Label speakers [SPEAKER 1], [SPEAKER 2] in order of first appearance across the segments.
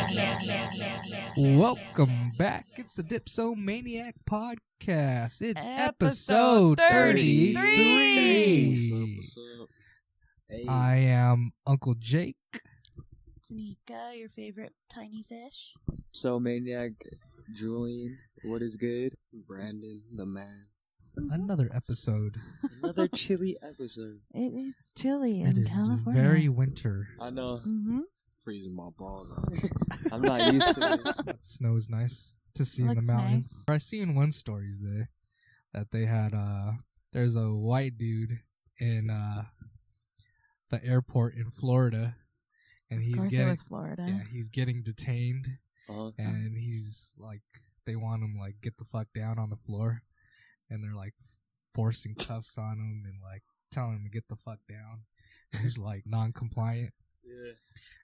[SPEAKER 1] Dipsomaniac.
[SPEAKER 2] Welcome back. It's the Dipsomaniac Podcast. It's
[SPEAKER 3] Episode
[SPEAKER 2] episode
[SPEAKER 3] 33.
[SPEAKER 2] 33. I am Uncle Jake.
[SPEAKER 4] Tanika, your favorite tiny fish.
[SPEAKER 3] So maniac, Julian, what is good?
[SPEAKER 5] Brandon, the man.
[SPEAKER 2] Another episode.
[SPEAKER 3] Another chilly episode.
[SPEAKER 4] It is chilly in
[SPEAKER 2] It is
[SPEAKER 4] California.
[SPEAKER 2] very winter.
[SPEAKER 3] I know.
[SPEAKER 4] hmm
[SPEAKER 5] Freezing my balls off.
[SPEAKER 3] I'm not used to this.
[SPEAKER 2] Snow is nice to see in the
[SPEAKER 4] Looks
[SPEAKER 2] mountains. I seen one story today that they had uh there's a white dude in uh the airport in Florida and
[SPEAKER 4] Of
[SPEAKER 2] he's
[SPEAKER 4] course, it
[SPEAKER 2] getting
[SPEAKER 4] was Florida.
[SPEAKER 2] yeah, he's getting detained
[SPEAKER 3] Uh,
[SPEAKER 2] and he's like they want him like get the fuck down on the floor and they're like forcing cuffs on him and like telling him to get the fuck down. And he's like non compliant
[SPEAKER 3] yeah.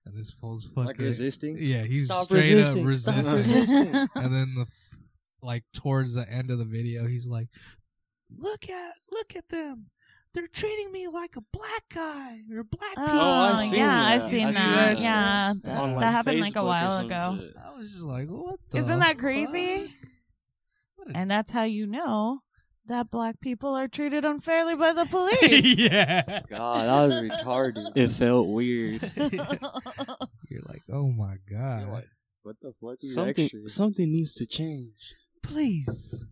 [SPEAKER 2] and this fool's fucking
[SPEAKER 3] Like resisting?
[SPEAKER 2] Yeah, he's
[SPEAKER 3] Stop
[SPEAKER 2] straight
[SPEAKER 3] resisting.
[SPEAKER 2] up
[SPEAKER 3] Stop
[SPEAKER 2] resisting
[SPEAKER 3] resisting.
[SPEAKER 2] and then the f- like towards the end of the video he's like look at look at them they're treating me like a black guy or black
[SPEAKER 4] Oh,
[SPEAKER 2] people
[SPEAKER 5] I've seen
[SPEAKER 4] yeah,
[SPEAKER 5] that.
[SPEAKER 4] I've seen
[SPEAKER 2] I see
[SPEAKER 4] that.
[SPEAKER 2] that
[SPEAKER 4] Yeah,
[SPEAKER 2] shit.
[SPEAKER 4] that,
[SPEAKER 2] On,
[SPEAKER 4] that
[SPEAKER 2] like,
[SPEAKER 4] happened like a while ago.
[SPEAKER 2] i was just like what the
[SPEAKER 4] Isn't that crazy?
[SPEAKER 2] fuck? What a-
[SPEAKER 4] And that's how you know that black people are treated unfairly by the police.
[SPEAKER 2] yeah
[SPEAKER 3] God, I was retarded.
[SPEAKER 5] It felt weird.
[SPEAKER 2] you're like oh my god
[SPEAKER 3] You're like, what the fuck? is
[SPEAKER 5] something
[SPEAKER 3] extra?
[SPEAKER 5] something needs to change.
[SPEAKER 2] please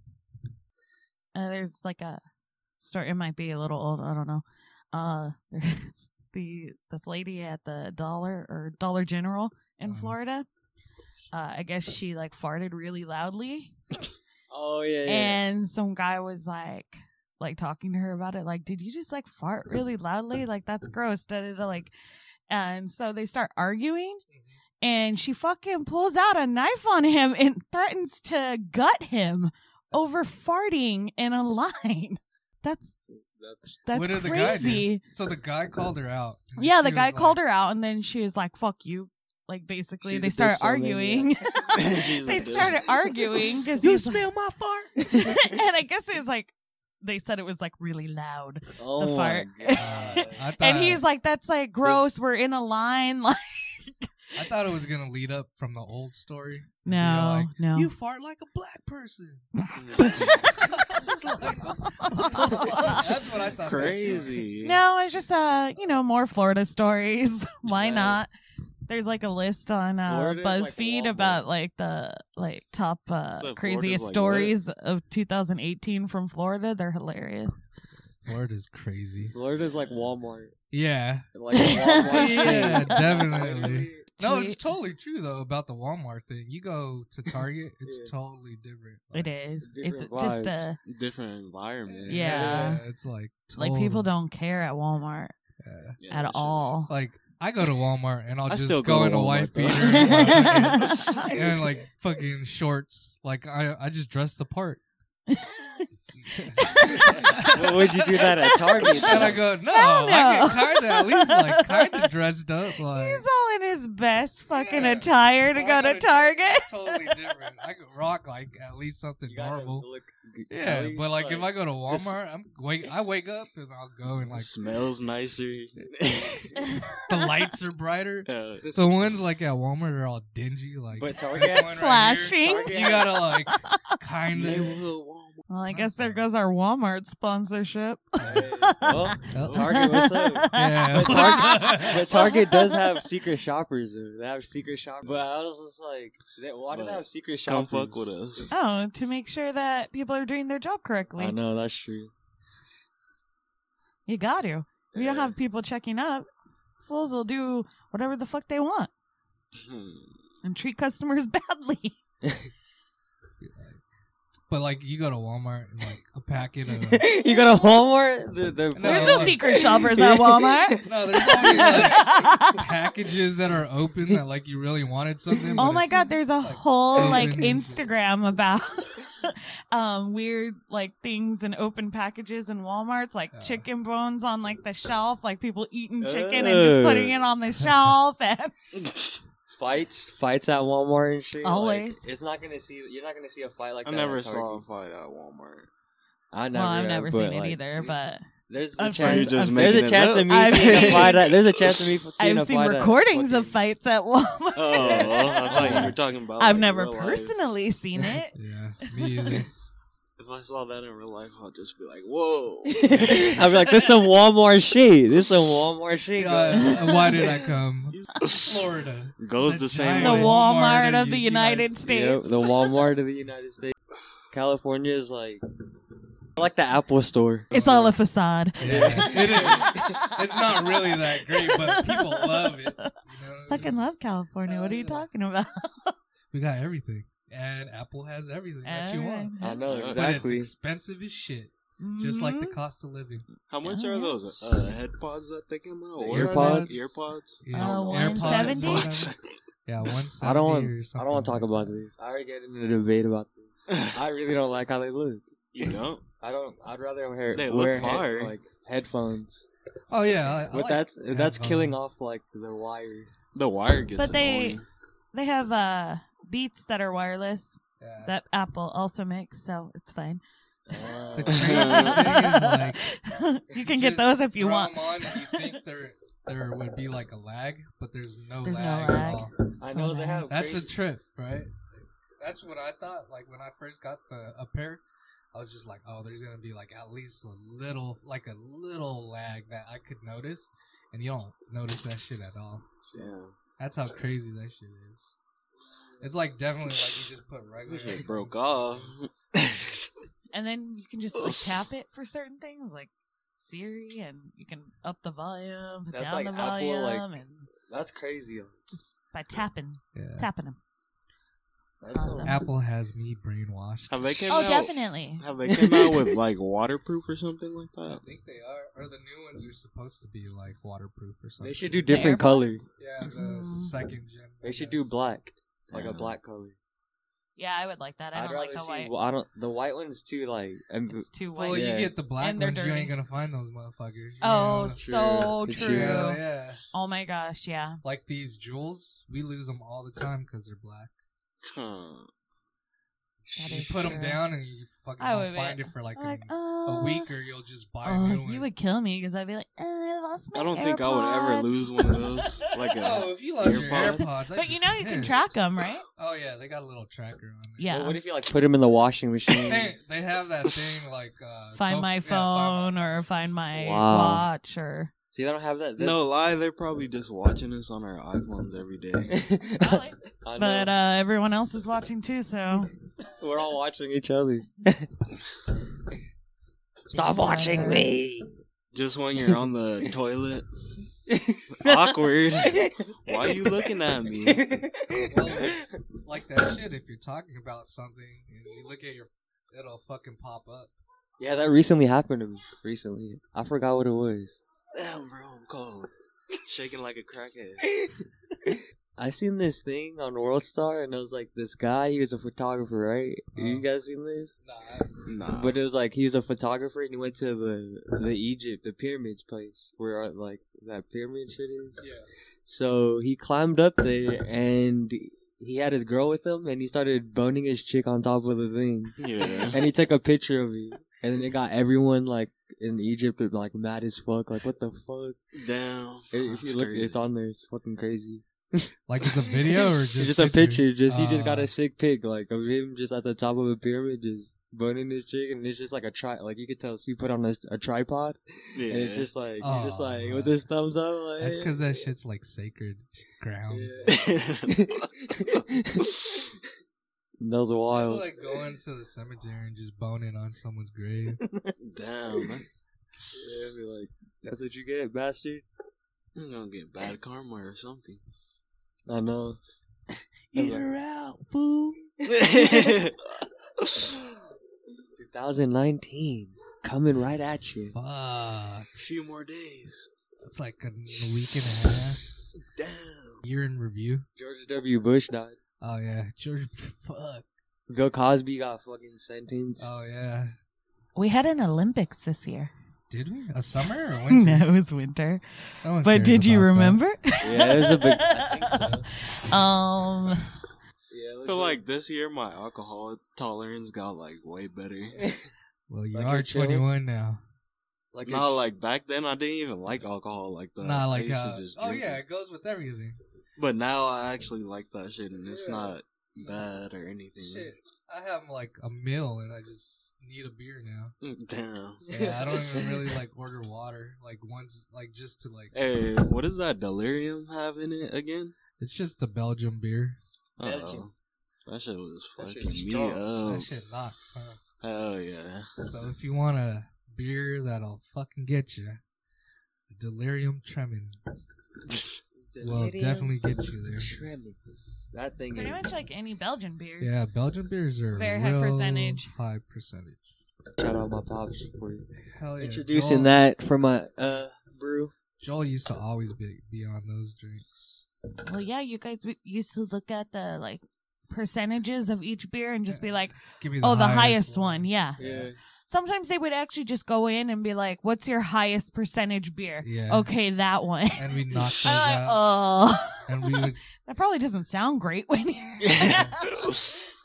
[SPEAKER 4] uh, there's like a story. It might be a little old. I don't know. Uh, there's the this lady at the Dollar or Dollar General in
[SPEAKER 2] Uh-huh.
[SPEAKER 4] Florida. Uh, I guess she like farted really loudly,
[SPEAKER 3] oh yeah. yeah.
[SPEAKER 4] and some guy was like, like talking to her about it. Like, did you just like fart really loudly? Like that's gross. Da, da, da, like, and so they start arguing.
[SPEAKER 2] Mm-hmm.
[SPEAKER 4] And she fucking pulls out a knife on him and threatens to gut him over farting in a line. That's
[SPEAKER 3] That's
[SPEAKER 4] that's
[SPEAKER 2] what did
[SPEAKER 4] crazy.
[SPEAKER 2] the guy do so the guy called her out and
[SPEAKER 4] Yeah, the
[SPEAKER 2] she
[SPEAKER 4] guy
[SPEAKER 2] was
[SPEAKER 4] called
[SPEAKER 2] like,
[SPEAKER 4] her out, and then she was like, "Fuck you!" Like basically,
[SPEAKER 3] She's
[SPEAKER 4] they
[SPEAKER 3] a
[SPEAKER 4] started arguing.
[SPEAKER 3] dipsomaniac. She's a
[SPEAKER 4] they
[SPEAKER 3] dip-
[SPEAKER 4] started arguing because
[SPEAKER 2] you smell my fart
[SPEAKER 4] and I guess it was like they said it was like really loud,
[SPEAKER 3] oh my
[SPEAKER 4] the fart.
[SPEAKER 2] Uh,
[SPEAKER 3] God.
[SPEAKER 2] I thought,
[SPEAKER 4] and he's like, "That's like gross. We're in a line." Like,
[SPEAKER 2] I thought it was gonna lead up from the old story. and be
[SPEAKER 4] no,
[SPEAKER 2] like,
[SPEAKER 4] no.
[SPEAKER 2] You fart like a black person. It's like, what the fuck? That's what I thought. that
[SPEAKER 5] Crazy.
[SPEAKER 4] No, it's just uh, you know, more Florida stories. Why
[SPEAKER 3] Yeah.
[SPEAKER 4] not? There's like a list on uh,
[SPEAKER 3] Florida's like
[SPEAKER 4] BuzzFeed
[SPEAKER 3] Walmart.
[SPEAKER 4] about like the like top uh,
[SPEAKER 5] So Florida's
[SPEAKER 4] craziest
[SPEAKER 5] like lit.
[SPEAKER 4] stories of 2018 from Florida. They're hilarious.
[SPEAKER 2] sounded. Florida's crazy.
[SPEAKER 3] Florida's like Walmart.
[SPEAKER 2] Yeah.
[SPEAKER 3] Like Walmart. state.
[SPEAKER 2] Yeah, definitely. No,
[SPEAKER 4] Tweet.
[SPEAKER 2] it's totally true though about the Walmart thing. You go to Target, it's
[SPEAKER 3] Yeah.
[SPEAKER 2] totally different.
[SPEAKER 4] It is. It's
[SPEAKER 3] different
[SPEAKER 4] just
[SPEAKER 3] vibes.
[SPEAKER 4] a
[SPEAKER 5] Different environment.
[SPEAKER 4] Yeah.
[SPEAKER 2] it's like
[SPEAKER 4] like people
[SPEAKER 2] total-
[SPEAKER 4] don't care at Walmart
[SPEAKER 2] yeah.
[SPEAKER 5] Yeah,
[SPEAKER 4] at
[SPEAKER 5] it's just-
[SPEAKER 4] all.
[SPEAKER 2] Like I go to Walmart and I'll
[SPEAKER 5] I
[SPEAKER 2] just
[SPEAKER 5] still
[SPEAKER 2] go,
[SPEAKER 5] go to
[SPEAKER 2] in a
[SPEAKER 5] Walmart,
[SPEAKER 2] wife
[SPEAKER 5] though.
[SPEAKER 2] beater and, like, and, and, like fucking shorts. Like I, I just dress the part.
[SPEAKER 3] Well, would you do that at Target?
[SPEAKER 2] And I go, no,
[SPEAKER 4] Hell
[SPEAKER 2] I get
[SPEAKER 4] no."
[SPEAKER 2] kind of at least like kind of dressed up. Like
[SPEAKER 4] He's all in his best fucking
[SPEAKER 2] Yeah.
[SPEAKER 4] attire to
[SPEAKER 2] I
[SPEAKER 4] go to
[SPEAKER 2] gotta-
[SPEAKER 4] Target.
[SPEAKER 2] It's totally different. I could rock like at least something
[SPEAKER 3] You gotta
[SPEAKER 2] normal.
[SPEAKER 3] look g- at
[SPEAKER 2] Yeah,
[SPEAKER 3] least,
[SPEAKER 2] but like, if I go to
[SPEAKER 5] this-
[SPEAKER 2] Walmart, I'm wake. I wake up and I'll go and like
[SPEAKER 5] smells nicer.
[SPEAKER 2] the lights are brighter.
[SPEAKER 5] Uh,
[SPEAKER 2] The ones like at Walmart are all dingy. Like
[SPEAKER 3] But Target-
[SPEAKER 2] this one right here,
[SPEAKER 4] Flashing.
[SPEAKER 3] Target-
[SPEAKER 2] you gotta like kind of.
[SPEAKER 5] neighborhood Walmart.
[SPEAKER 4] Well, I guess there goes our Walmart sponsorship.
[SPEAKER 3] Hey, well, Target, what's up?
[SPEAKER 2] Oh. Yeah.
[SPEAKER 3] But Target- but Target does have secret shoppers. Though. They have secret shoppers. But I was just like, they, why do they
[SPEAKER 5] But
[SPEAKER 3] have secret
[SPEAKER 5] Come
[SPEAKER 3] shoppers?
[SPEAKER 5] fuck with us.
[SPEAKER 4] Oh, to make sure that people are doing their job correctly.
[SPEAKER 3] I know that's true.
[SPEAKER 4] You got to. If you don't
[SPEAKER 3] Yeah.
[SPEAKER 4] have people checking up, fools will do whatever the fuck they want
[SPEAKER 5] Hmm.
[SPEAKER 4] and treat customers badly.
[SPEAKER 2] But like, you go to Walmart and like a packet of.
[SPEAKER 3] you go to Walmart. The, the
[SPEAKER 2] No,
[SPEAKER 4] There's
[SPEAKER 2] I'm
[SPEAKER 4] no
[SPEAKER 2] like-
[SPEAKER 4] secret shoppers at Walmart.
[SPEAKER 2] No, there's always like packages that are open that like you really wanted something.
[SPEAKER 4] oh
[SPEAKER 2] but
[SPEAKER 4] my
[SPEAKER 2] it's-
[SPEAKER 4] god, there's a whole
[SPEAKER 2] open
[SPEAKER 4] like
[SPEAKER 2] and-
[SPEAKER 4] Instagram about um weird like things and open packages in Walmart's like
[SPEAKER 2] Yeah.
[SPEAKER 4] chicken bones on like the shelf, like people eating chicken and
[SPEAKER 3] Oh.
[SPEAKER 4] just putting it on the shelf and
[SPEAKER 3] fights, fights at Walmart and shit. like,
[SPEAKER 4] Always.
[SPEAKER 3] it's not gonna see. You're not gonna see a fight like
[SPEAKER 5] I
[SPEAKER 3] that.
[SPEAKER 5] never
[SPEAKER 3] at
[SPEAKER 5] saw a
[SPEAKER 3] Target.
[SPEAKER 5] fight at Walmart.
[SPEAKER 3] I never.
[SPEAKER 4] Well, I've never
[SPEAKER 3] but,
[SPEAKER 4] seen it
[SPEAKER 3] like,
[SPEAKER 4] either, but
[SPEAKER 3] There's a
[SPEAKER 4] I'm
[SPEAKER 5] So you're
[SPEAKER 3] chance.
[SPEAKER 4] sorry.
[SPEAKER 5] just
[SPEAKER 4] I'm
[SPEAKER 5] making
[SPEAKER 4] making
[SPEAKER 3] There's a
[SPEAKER 5] it
[SPEAKER 3] chance
[SPEAKER 5] up.
[SPEAKER 3] of me
[SPEAKER 4] I've
[SPEAKER 3] seeing a
[SPEAKER 4] seen-
[SPEAKER 3] fight. at- There's a chance of me seeing a
[SPEAKER 4] I've seen
[SPEAKER 3] fight at
[SPEAKER 4] recordings of
[SPEAKER 3] fucking-
[SPEAKER 4] fights at Walmart.
[SPEAKER 5] Oh, I thought you were talking
[SPEAKER 3] Oh,
[SPEAKER 5] about.
[SPEAKER 4] I've
[SPEAKER 5] like,
[SPEAKER 4] never
[SPEAKER 5] real life.
[SPEAKER 4] personally seen it.
[SPEAKER 2] Yeah, me either.
[SPEAKER 5] If I saw that in real life, I'll just be like, "Whoa!"
[SPEAKER 3] I'd be like, this is some Walmart shit. This is some Walmart shit. guys."
[SPEAKER 2] Uh, why did I come? Florida.
[SPEAKER 5] Goes
[SPEAKER 2] The
[SPEAKER 5] the same
[SPEAKER 4] The
[SPEAKER 2] giant-
[SPEAKER 5] way.
[SPEAKER 4] Walmart of the United
[SPEAKER 3] Yep,
[SPEAKER 4] States.
[SPEAKER 3] the Walmart of the United States. California is like like the Apple store.
[SPEAKER 4] It's all a facade.
[SPEAKER 2] Yeah, it is. It's not really that great, but people love it. You know?
[SPEAKER 4] Fucking love California. What are
[SPEAKER 2] Uh,
[SPEAKER 4] you talking about?
[SPEAKER 2] we got everything, and Apple has everything that you want.
[SPEAKER 3] I know
[SPEAKER 5] But it's
[SPEAKER 2] But
[SPEAKER 3] exactly.
[SPEAKER 2] it's expensive as shit, just like
[SPEAKER 4] Mm-hmm.
[SPEAKER 2] the cost of living.
[SPEAKER 5] How much are
[SPEAKER 4] yeah.
[SPEAKER 5] those uh, headpods that they came out?
[SPEAKER 2] The
[SPEAKER 5] What are they?
[SPEAKER 3] earpods?
[SPEAKER 5] Earpods.
[SPEAKER 2] You
[SPEAKER 4] Uh,
[SPEAKER 2] AirPods,
[SPEAKER 4] 170?
[SPEAKER 2] whatever.
[SPEAKER 5] What?
[SPEAKER 2] Yeah, one seventy.
[SPEAKER 3] I don't want.
[SPEAKER 2] Or
[SPEAKER 3] I
[SPEAKER 2] something
[SPEAKER 3] don't want to talk
[SPEAKER 2] like
[SPEAKER 3] about
[SPEAKER 2] that.
[SPEAKER 3] these. I already get in a debate about this. I really don't like how they look.
[SPEAKER 5] You know?
[SPEAKER 3] I don't. I'd rather wear
[SPEAKER 5] They look
[SPEAKER 3] wear head-
[SPEAKER 5] fire.
[SPEAKER 3] like headphones.
[SPEAKER 2] Oh yeah, I, I
[SPEAKER 3] But
[SPEAKER 2] like
[SPEAKER 3] that's that's
[SPEAKER 2] headphones.
[SPEAKER 3] killing off like the wire.
[SPEAKER 5] The wire gets
[SPEAKER 4] But they-
[SPEAKER 5] annoying.
[SPEAKER 4] They have uh Beats that are wireless
[SPEAKER 2] Yeah.
[SPEAKER 4] that Apple also makes, so it's fine.
[SPEAKER 2] The
[SPEAKER 3] Uh,
[SPEAKER 2] crazy thing is, like,
[SPEAKER 4] you can get those if you want.
[SPEAKER 2] you think there there would be like a lag, but there's no
[SPEAKER 4] There's no
[SPEAKER 2] lag.
[SPEAKER 4] lag.
[SPEAKER 2] At all.
[SPEAKER 3] I know they have.
[SPEAKER 2] That's a
[SPEAKER 3] crazy-
[SPEAKER 2] trip, right? That's what I thought. Like when I first got the a pair, I was just like, oh, there's gonna be like at least a little, like a little lag that I could notice, and you don't notice that shit at all.
[SPEAKER 5] Damn.
[SPEAKER 2] That's how crazy that shit is. It's like definitely like you just put regular.
[SPEAKER 5] This shit broke off.
[SPEAKER 4] And then you can just like tap it for certain things like Siri and you can up the volume, put
[SPEAKER 3] That's
[SPEAKER 4] down
[SPEAKER 3] like
[SPEAKER 4] the
[SPEAKER 3] Apple,
[SPEAKER 4] volume
[SPEAKER 3] like-
[SPEAKER 4] and
[SPEAKER 3] That's crazy.
[SPEAKER 4] just by tapping.
[SPEAKER 2] Yeah.
[SPEAKER 4] Tapping them.
[SPEAKER 3] That's so-
[SPEAKER 4] Awesome.
[SPEAKER 2] Apple has me brainwashed.
[SPEAKER 5] Have they came
[SPEAKER 4] Oh
[SPEAKER 5] out?
[SPEAKER 4] definitely.
[SPEAKER 5] Have they came out with like waterproof or something like
[SPEAKER 2] I
[SPEAKER 3] Oh.
[SPEAKER 5] that?
[SPEAKER 2] think they are, or the new ones are supposed to be like waterproof or something.
[SPEAKER 3] They should do different
[SPEAKER 4] AirPods?
[SPEAKER 3] color.
[SPEAKER 2] Yeah, the s- second gen. I
[SPEAKER 3] They should do
[SPEAKER 2] guess.
[SPEAKER 3] black, like
[SPEAKER 5] Yeah.
[SPEAKER 3] a black color.
[SPEAKER 4] Yeah, I would like that. I
[SPEAKER 3] I'd
[SPEAKER 4] don't like
[SPEAKER 3] rather
[SPEAKER 4] the
[SPEAKER 3] see.
[SPEAKER 4] white.
[SPEAKER 3] Well, I don't. The white one's too like. um,
[SPEAKER 4] It's too
[SPEAKER 2] Well,
[SPEAKER 4] white.
[SPEAKER 3] Yeah.
[SPEAKER 2] you get the black
[SPEAKER 4] And they're
[SPEAKER 2] ones, you
[SPEAKER 4] dirty.
[SPEAKER 2] ain't gonna find those motherfuckers. You
[SPEAKER 4] Oh,
[SPEAKER 2] know?
[SPEAKER 4] so
[SPEAKER 3] True.
[SPEAKER 4] true.
[SPEAKER 3] True.
[SPEAKER 2] yeah, yeah.
[SPEAKER 4] Oh my gosh, yeah.
[SPEAKER 2] Like these jewels, we lose them all the time because they're black.
[SPEAKER 5] Huh.
[SPEAKER 4] That
[SPEAKER 2] You
[SPEAKER 4] is
[SPEAKER 2] put them
[SPEAKER 4] true.
[SPEAKER 2] down and you fucking
[SPEAKER 4] I
[SPEAKER 2] won't
[SPEAKER 4] would be-
[SPEAKER 2] find it for like,
[SPEAKER 4] I'm like,
[SPEAKER 2] a,
[SPEAKER 4] oh,
[SPEAKER 2] a week, or you'll just buy
[SPEAKER 4] oh,
[SPEAKER 2] a new one.
[SPEAKER 4] you would kill me because I'd be like, uh, I lost my.
[SPEAKER 5] I don't think I would ever
[SPEAKER 4] AirPods."
[SPEAKER 5] lose one of those. Like
[SPEAKER 2] Oh,
[SPEAKER 5] a
[SPEAKER 2] if you lost your
[SPEAKER 5] AirPod.
[SPEAKER 2] AirPods, I'd
[SPEAKER 4] But
[SPEAKER 2] be
[SPEAKER 4] you know you can
[SPEAKER 2] pissed.
[SPEAKER 4] track them, right?
[SPEAKER 2] Oh yeah, they got a little tracker on there.
[SPEAKER 4] Yeah.
[SPEAKER 3] Well, what if you like put them in the washing machine?
[SPEAKER 2] They, they have that thing like uh,
[SPEAKER 4] Find
[SPEAKER 2] go-
[SPEAKER 4] my
[SPEAKER 2] yeah,
[SPEAKER 4] phone or find my
[SPEAKER 3] Wow.
[SPEAKER 4] watch or.
[SPEAKER 3] See, they don't have that.
[SPEAKER 5] no lie, they're probably just watching us on our iPhones every day.
[SPEAKER 3] That- I know.
[SPEAKER 4] But uh, everyone else is watching too, so
[SPEAKER 3] we're all watching each other.
[SPEAKER 4] Stop watching
[SPEAKER 3] me.
[SPEAKER 5] Just when you're on the toilet, awkward. Why you looking at me?
[SPEAKER 2] Well, like that shit. If you're talking about something and you look at your, it'll fucking pop up.
[SPEAKER 3] yeah, that recently happened to me. Recently, I forgot what it was.
[SPEAKER 5] Damn, bro, I'm cold. Shaking like a crackhead.
[SPEAKER 3] I seen this thing on WorldStar, and it was like this guy. He was a photographer, right?
[SPEAKER 2] Oh.
[SPEAKER 5] Uh-huh.
[SPEAKER 3] You guys seen this?
[SPEAKER 2] Nah, I haven't seen
[SPEAKER 5] Nah.
[SPEAKER 3] But it was like he was a photographer, and he went to the the Egypt, the pyramids place, where uh, like that pyramid shit is.
[SPEAKER 2] it. Yeah.
[SPEAKER 3] So he climbed up there, and he had his girl with him, and he started boning his chick on top of the thing.
[SPEAKER 5] yeah.
[SPEAKER 3] and he took a picture of me, and then it got everyone like in Egypt like mad as fuck. Like what the fuck?
[SPEAKER 5] Damn.
[SPEAKER 3] If you
[SPEAKER 5] That's
[SPEAKER 3] look,
[SPEAKER 5] crazy.
[SPEAKER 3] it's on there. It's fucking crazy.
[SPEAKER 2] Like it's a video or just
[SPEAKER 3] It's just a picture.
[SPEAKER 2] pictures?
[SPEAKER 3] Just he just got
[SPEAKER 2] Uh,
[SPEAKER 3] a sick pic like of him just at the top of a pyramid, just burning his chick, and it's just like a tri. Like you could tell it's he put on a, a tripod,
[SPEAKER 5] Yeah.
[SPEAKER 3] and it's just like he's just like
[SPEAKER 2] Aw.
[SPEAKER 3] with his thumbs up. Like,
[SPEAKER 2] Ah. That's because that shit's like sacred grounds.
[SPEAKER 3] Yeah. that was
[SPEAKER 2] It's
[SPEAKER 3] wild.
[SPEAKER 2] like going to the cemetery and just boning on someone's grave.
[SPEAKER 5] Damn. man.
[SPEAKER 3] Yeah, I'd be like, that's what you get, bastard.
[SPEAKER 5] I'm gonna get bad karma or something.
[SPEAKER 3] I know.
[SPEAKER 2] Eat
[SPEAKER 3] like-
[SPEAKER 2] her out, fool.
[SPEAKER 5] a
[SPEAKER 3] 2019 coming right at you.
[SPEAKER 2] Fuck.
[SPEAKER 5] few more days.
[SPEAKER 2] It's like a week and a half.
[SPEAKER 5] Damn.
[SPEAKER 2] Year in review.
[SPEAKER 3] George W. Bush died.
[SPEAKER 2] Oh yeah, George. Fuck.
[SPEAKER 3] Bill Cosby got fucking sentenced.
[SPEAKER 2] Oh yeah.
[SPEAKER 4] we had an Olympics this year.
[SPEAKER 2] Did we? A summer or winter?
[SPEAKER 4] no, it was winter.
[SPEAKER 2] No one
[SPEAKER 4] But
[SPEAKER 2] cares
[SPEAKER 4] did you
[SPEAKER 2] about that.
[SPEAKER 4] remember?
[SPEAKER 3] Yeah, it was a big. I think so.
[SPEAKER 4] um,
[SPEAKER 3] Yeah, it
[SPEAKER 5] I
[SPEAKER 3] was
[SPEAKER 5] feel
[SPEAKER 3] a-
[SPEAKER 5] like this year my alcohol tolerance got like way better.
[SPEAKER 2] Well, you
[SPEAKER 3] Like
[SPEAKER 2] are
[SPEAKER 3] you're chilling?
[SPEAKER 2] 21 now.
[SPEAKER 3] Like
[SPEAKER 5] No,
[SPEAKER 3] a-
[SPEAKER 5] like back then I didn't even like alcohol like that.
[SPEAKER 2] Nah,
[SPEAKER 5] I
[SPEAKER 2] like,
[SPEAKER 5] used to
[SPEAKER 2] uh,
[SPEAKER 5] just
[SPEAKER 2] oh
[SPEAKER 5] drink
[SPEAKER 2] yeah,
[SPEAKER 5] it.
[SPEAKER 2] it goes with everything.
[SPEAKER 5] But now I actually like that shit, and it's
[SPEAKER 2] Yeah.
[SPEAKER 5] not bad or anything.
[SPEAKER 2] Shit, I have like a meal and I just need a beer now.
[SPEAKER 5] Mm, Damn.
[SPEAKER 2] Yeah, I don't even really like order water. Like once, like just to like.
[SPEAKER 5] Hey, what does that delirium have in it again?
[SPEAKER 2] It's just the Belgium beer.
[SPEAKER 5] Uh-oh.
[SPEAKER 3] Belgium.
[SPEAKER 5] That shit was
[SPEAKER 3] That shit's
[SPEAKER 5] fucking me
[SPEAKER 3] strong.
[SPEAKER 5] up.
[SPEAKER 2] That shit knocks. Huh?
[SPEAKER 5] Hell yeah.
[SPEAKER 2] So if you want a beer that'll fucking get you, Delirium Tremens will definitely get you there.
[SPEAKER 3] Tremens. That thing
[SPEAKER 4] Pretty much
[SPEAKER 3] is.
[SPEAKER 4] like any Belgian beers.
[SPEAKER 2] Yeah, Belgian beers are
[SPEAKER 4] Very high
[SPEAKER 2] real
[SPEAKER 4] percentage.
[SPEAKER 2] High percentage.
[SPEAKER 3] Shout out my pops for
[SPEAKER 2] Hell yeah.
[SPEAKER 3] introducing
[SPEAKER 2] Joel,
[SPEAKER 3] that for my uh, brew.
[SPEAKER 2] Joel used to always be, be on those drinks.
[SPEAKER 4] Well, yeah, you guys w- used to look at the like percentages of each beer and just be like,
[SPEAKER 2] Give me the
[SPEAKER 4] oh, the
[SPEAKER 2] highest,
[SPEAKER 4] highest one. Yeah.
[SPEAKER 2] Yeah.
[SPEAKER 4] Sometimes they would actually just go in and be like, what's your highest percentage beer?
[SPEAKER 2] Yeah.
[SPEAKER 4] Okay, that one.
[SPEAKER 2] And we knocked those
[SPEAKER 4] I'm like,
[SPEAKER 2] out.
[SPEAKER 4] oh,
[SPEAKER 2] And we would
[SPEAKER 4] that probably doesn't sound great when you're.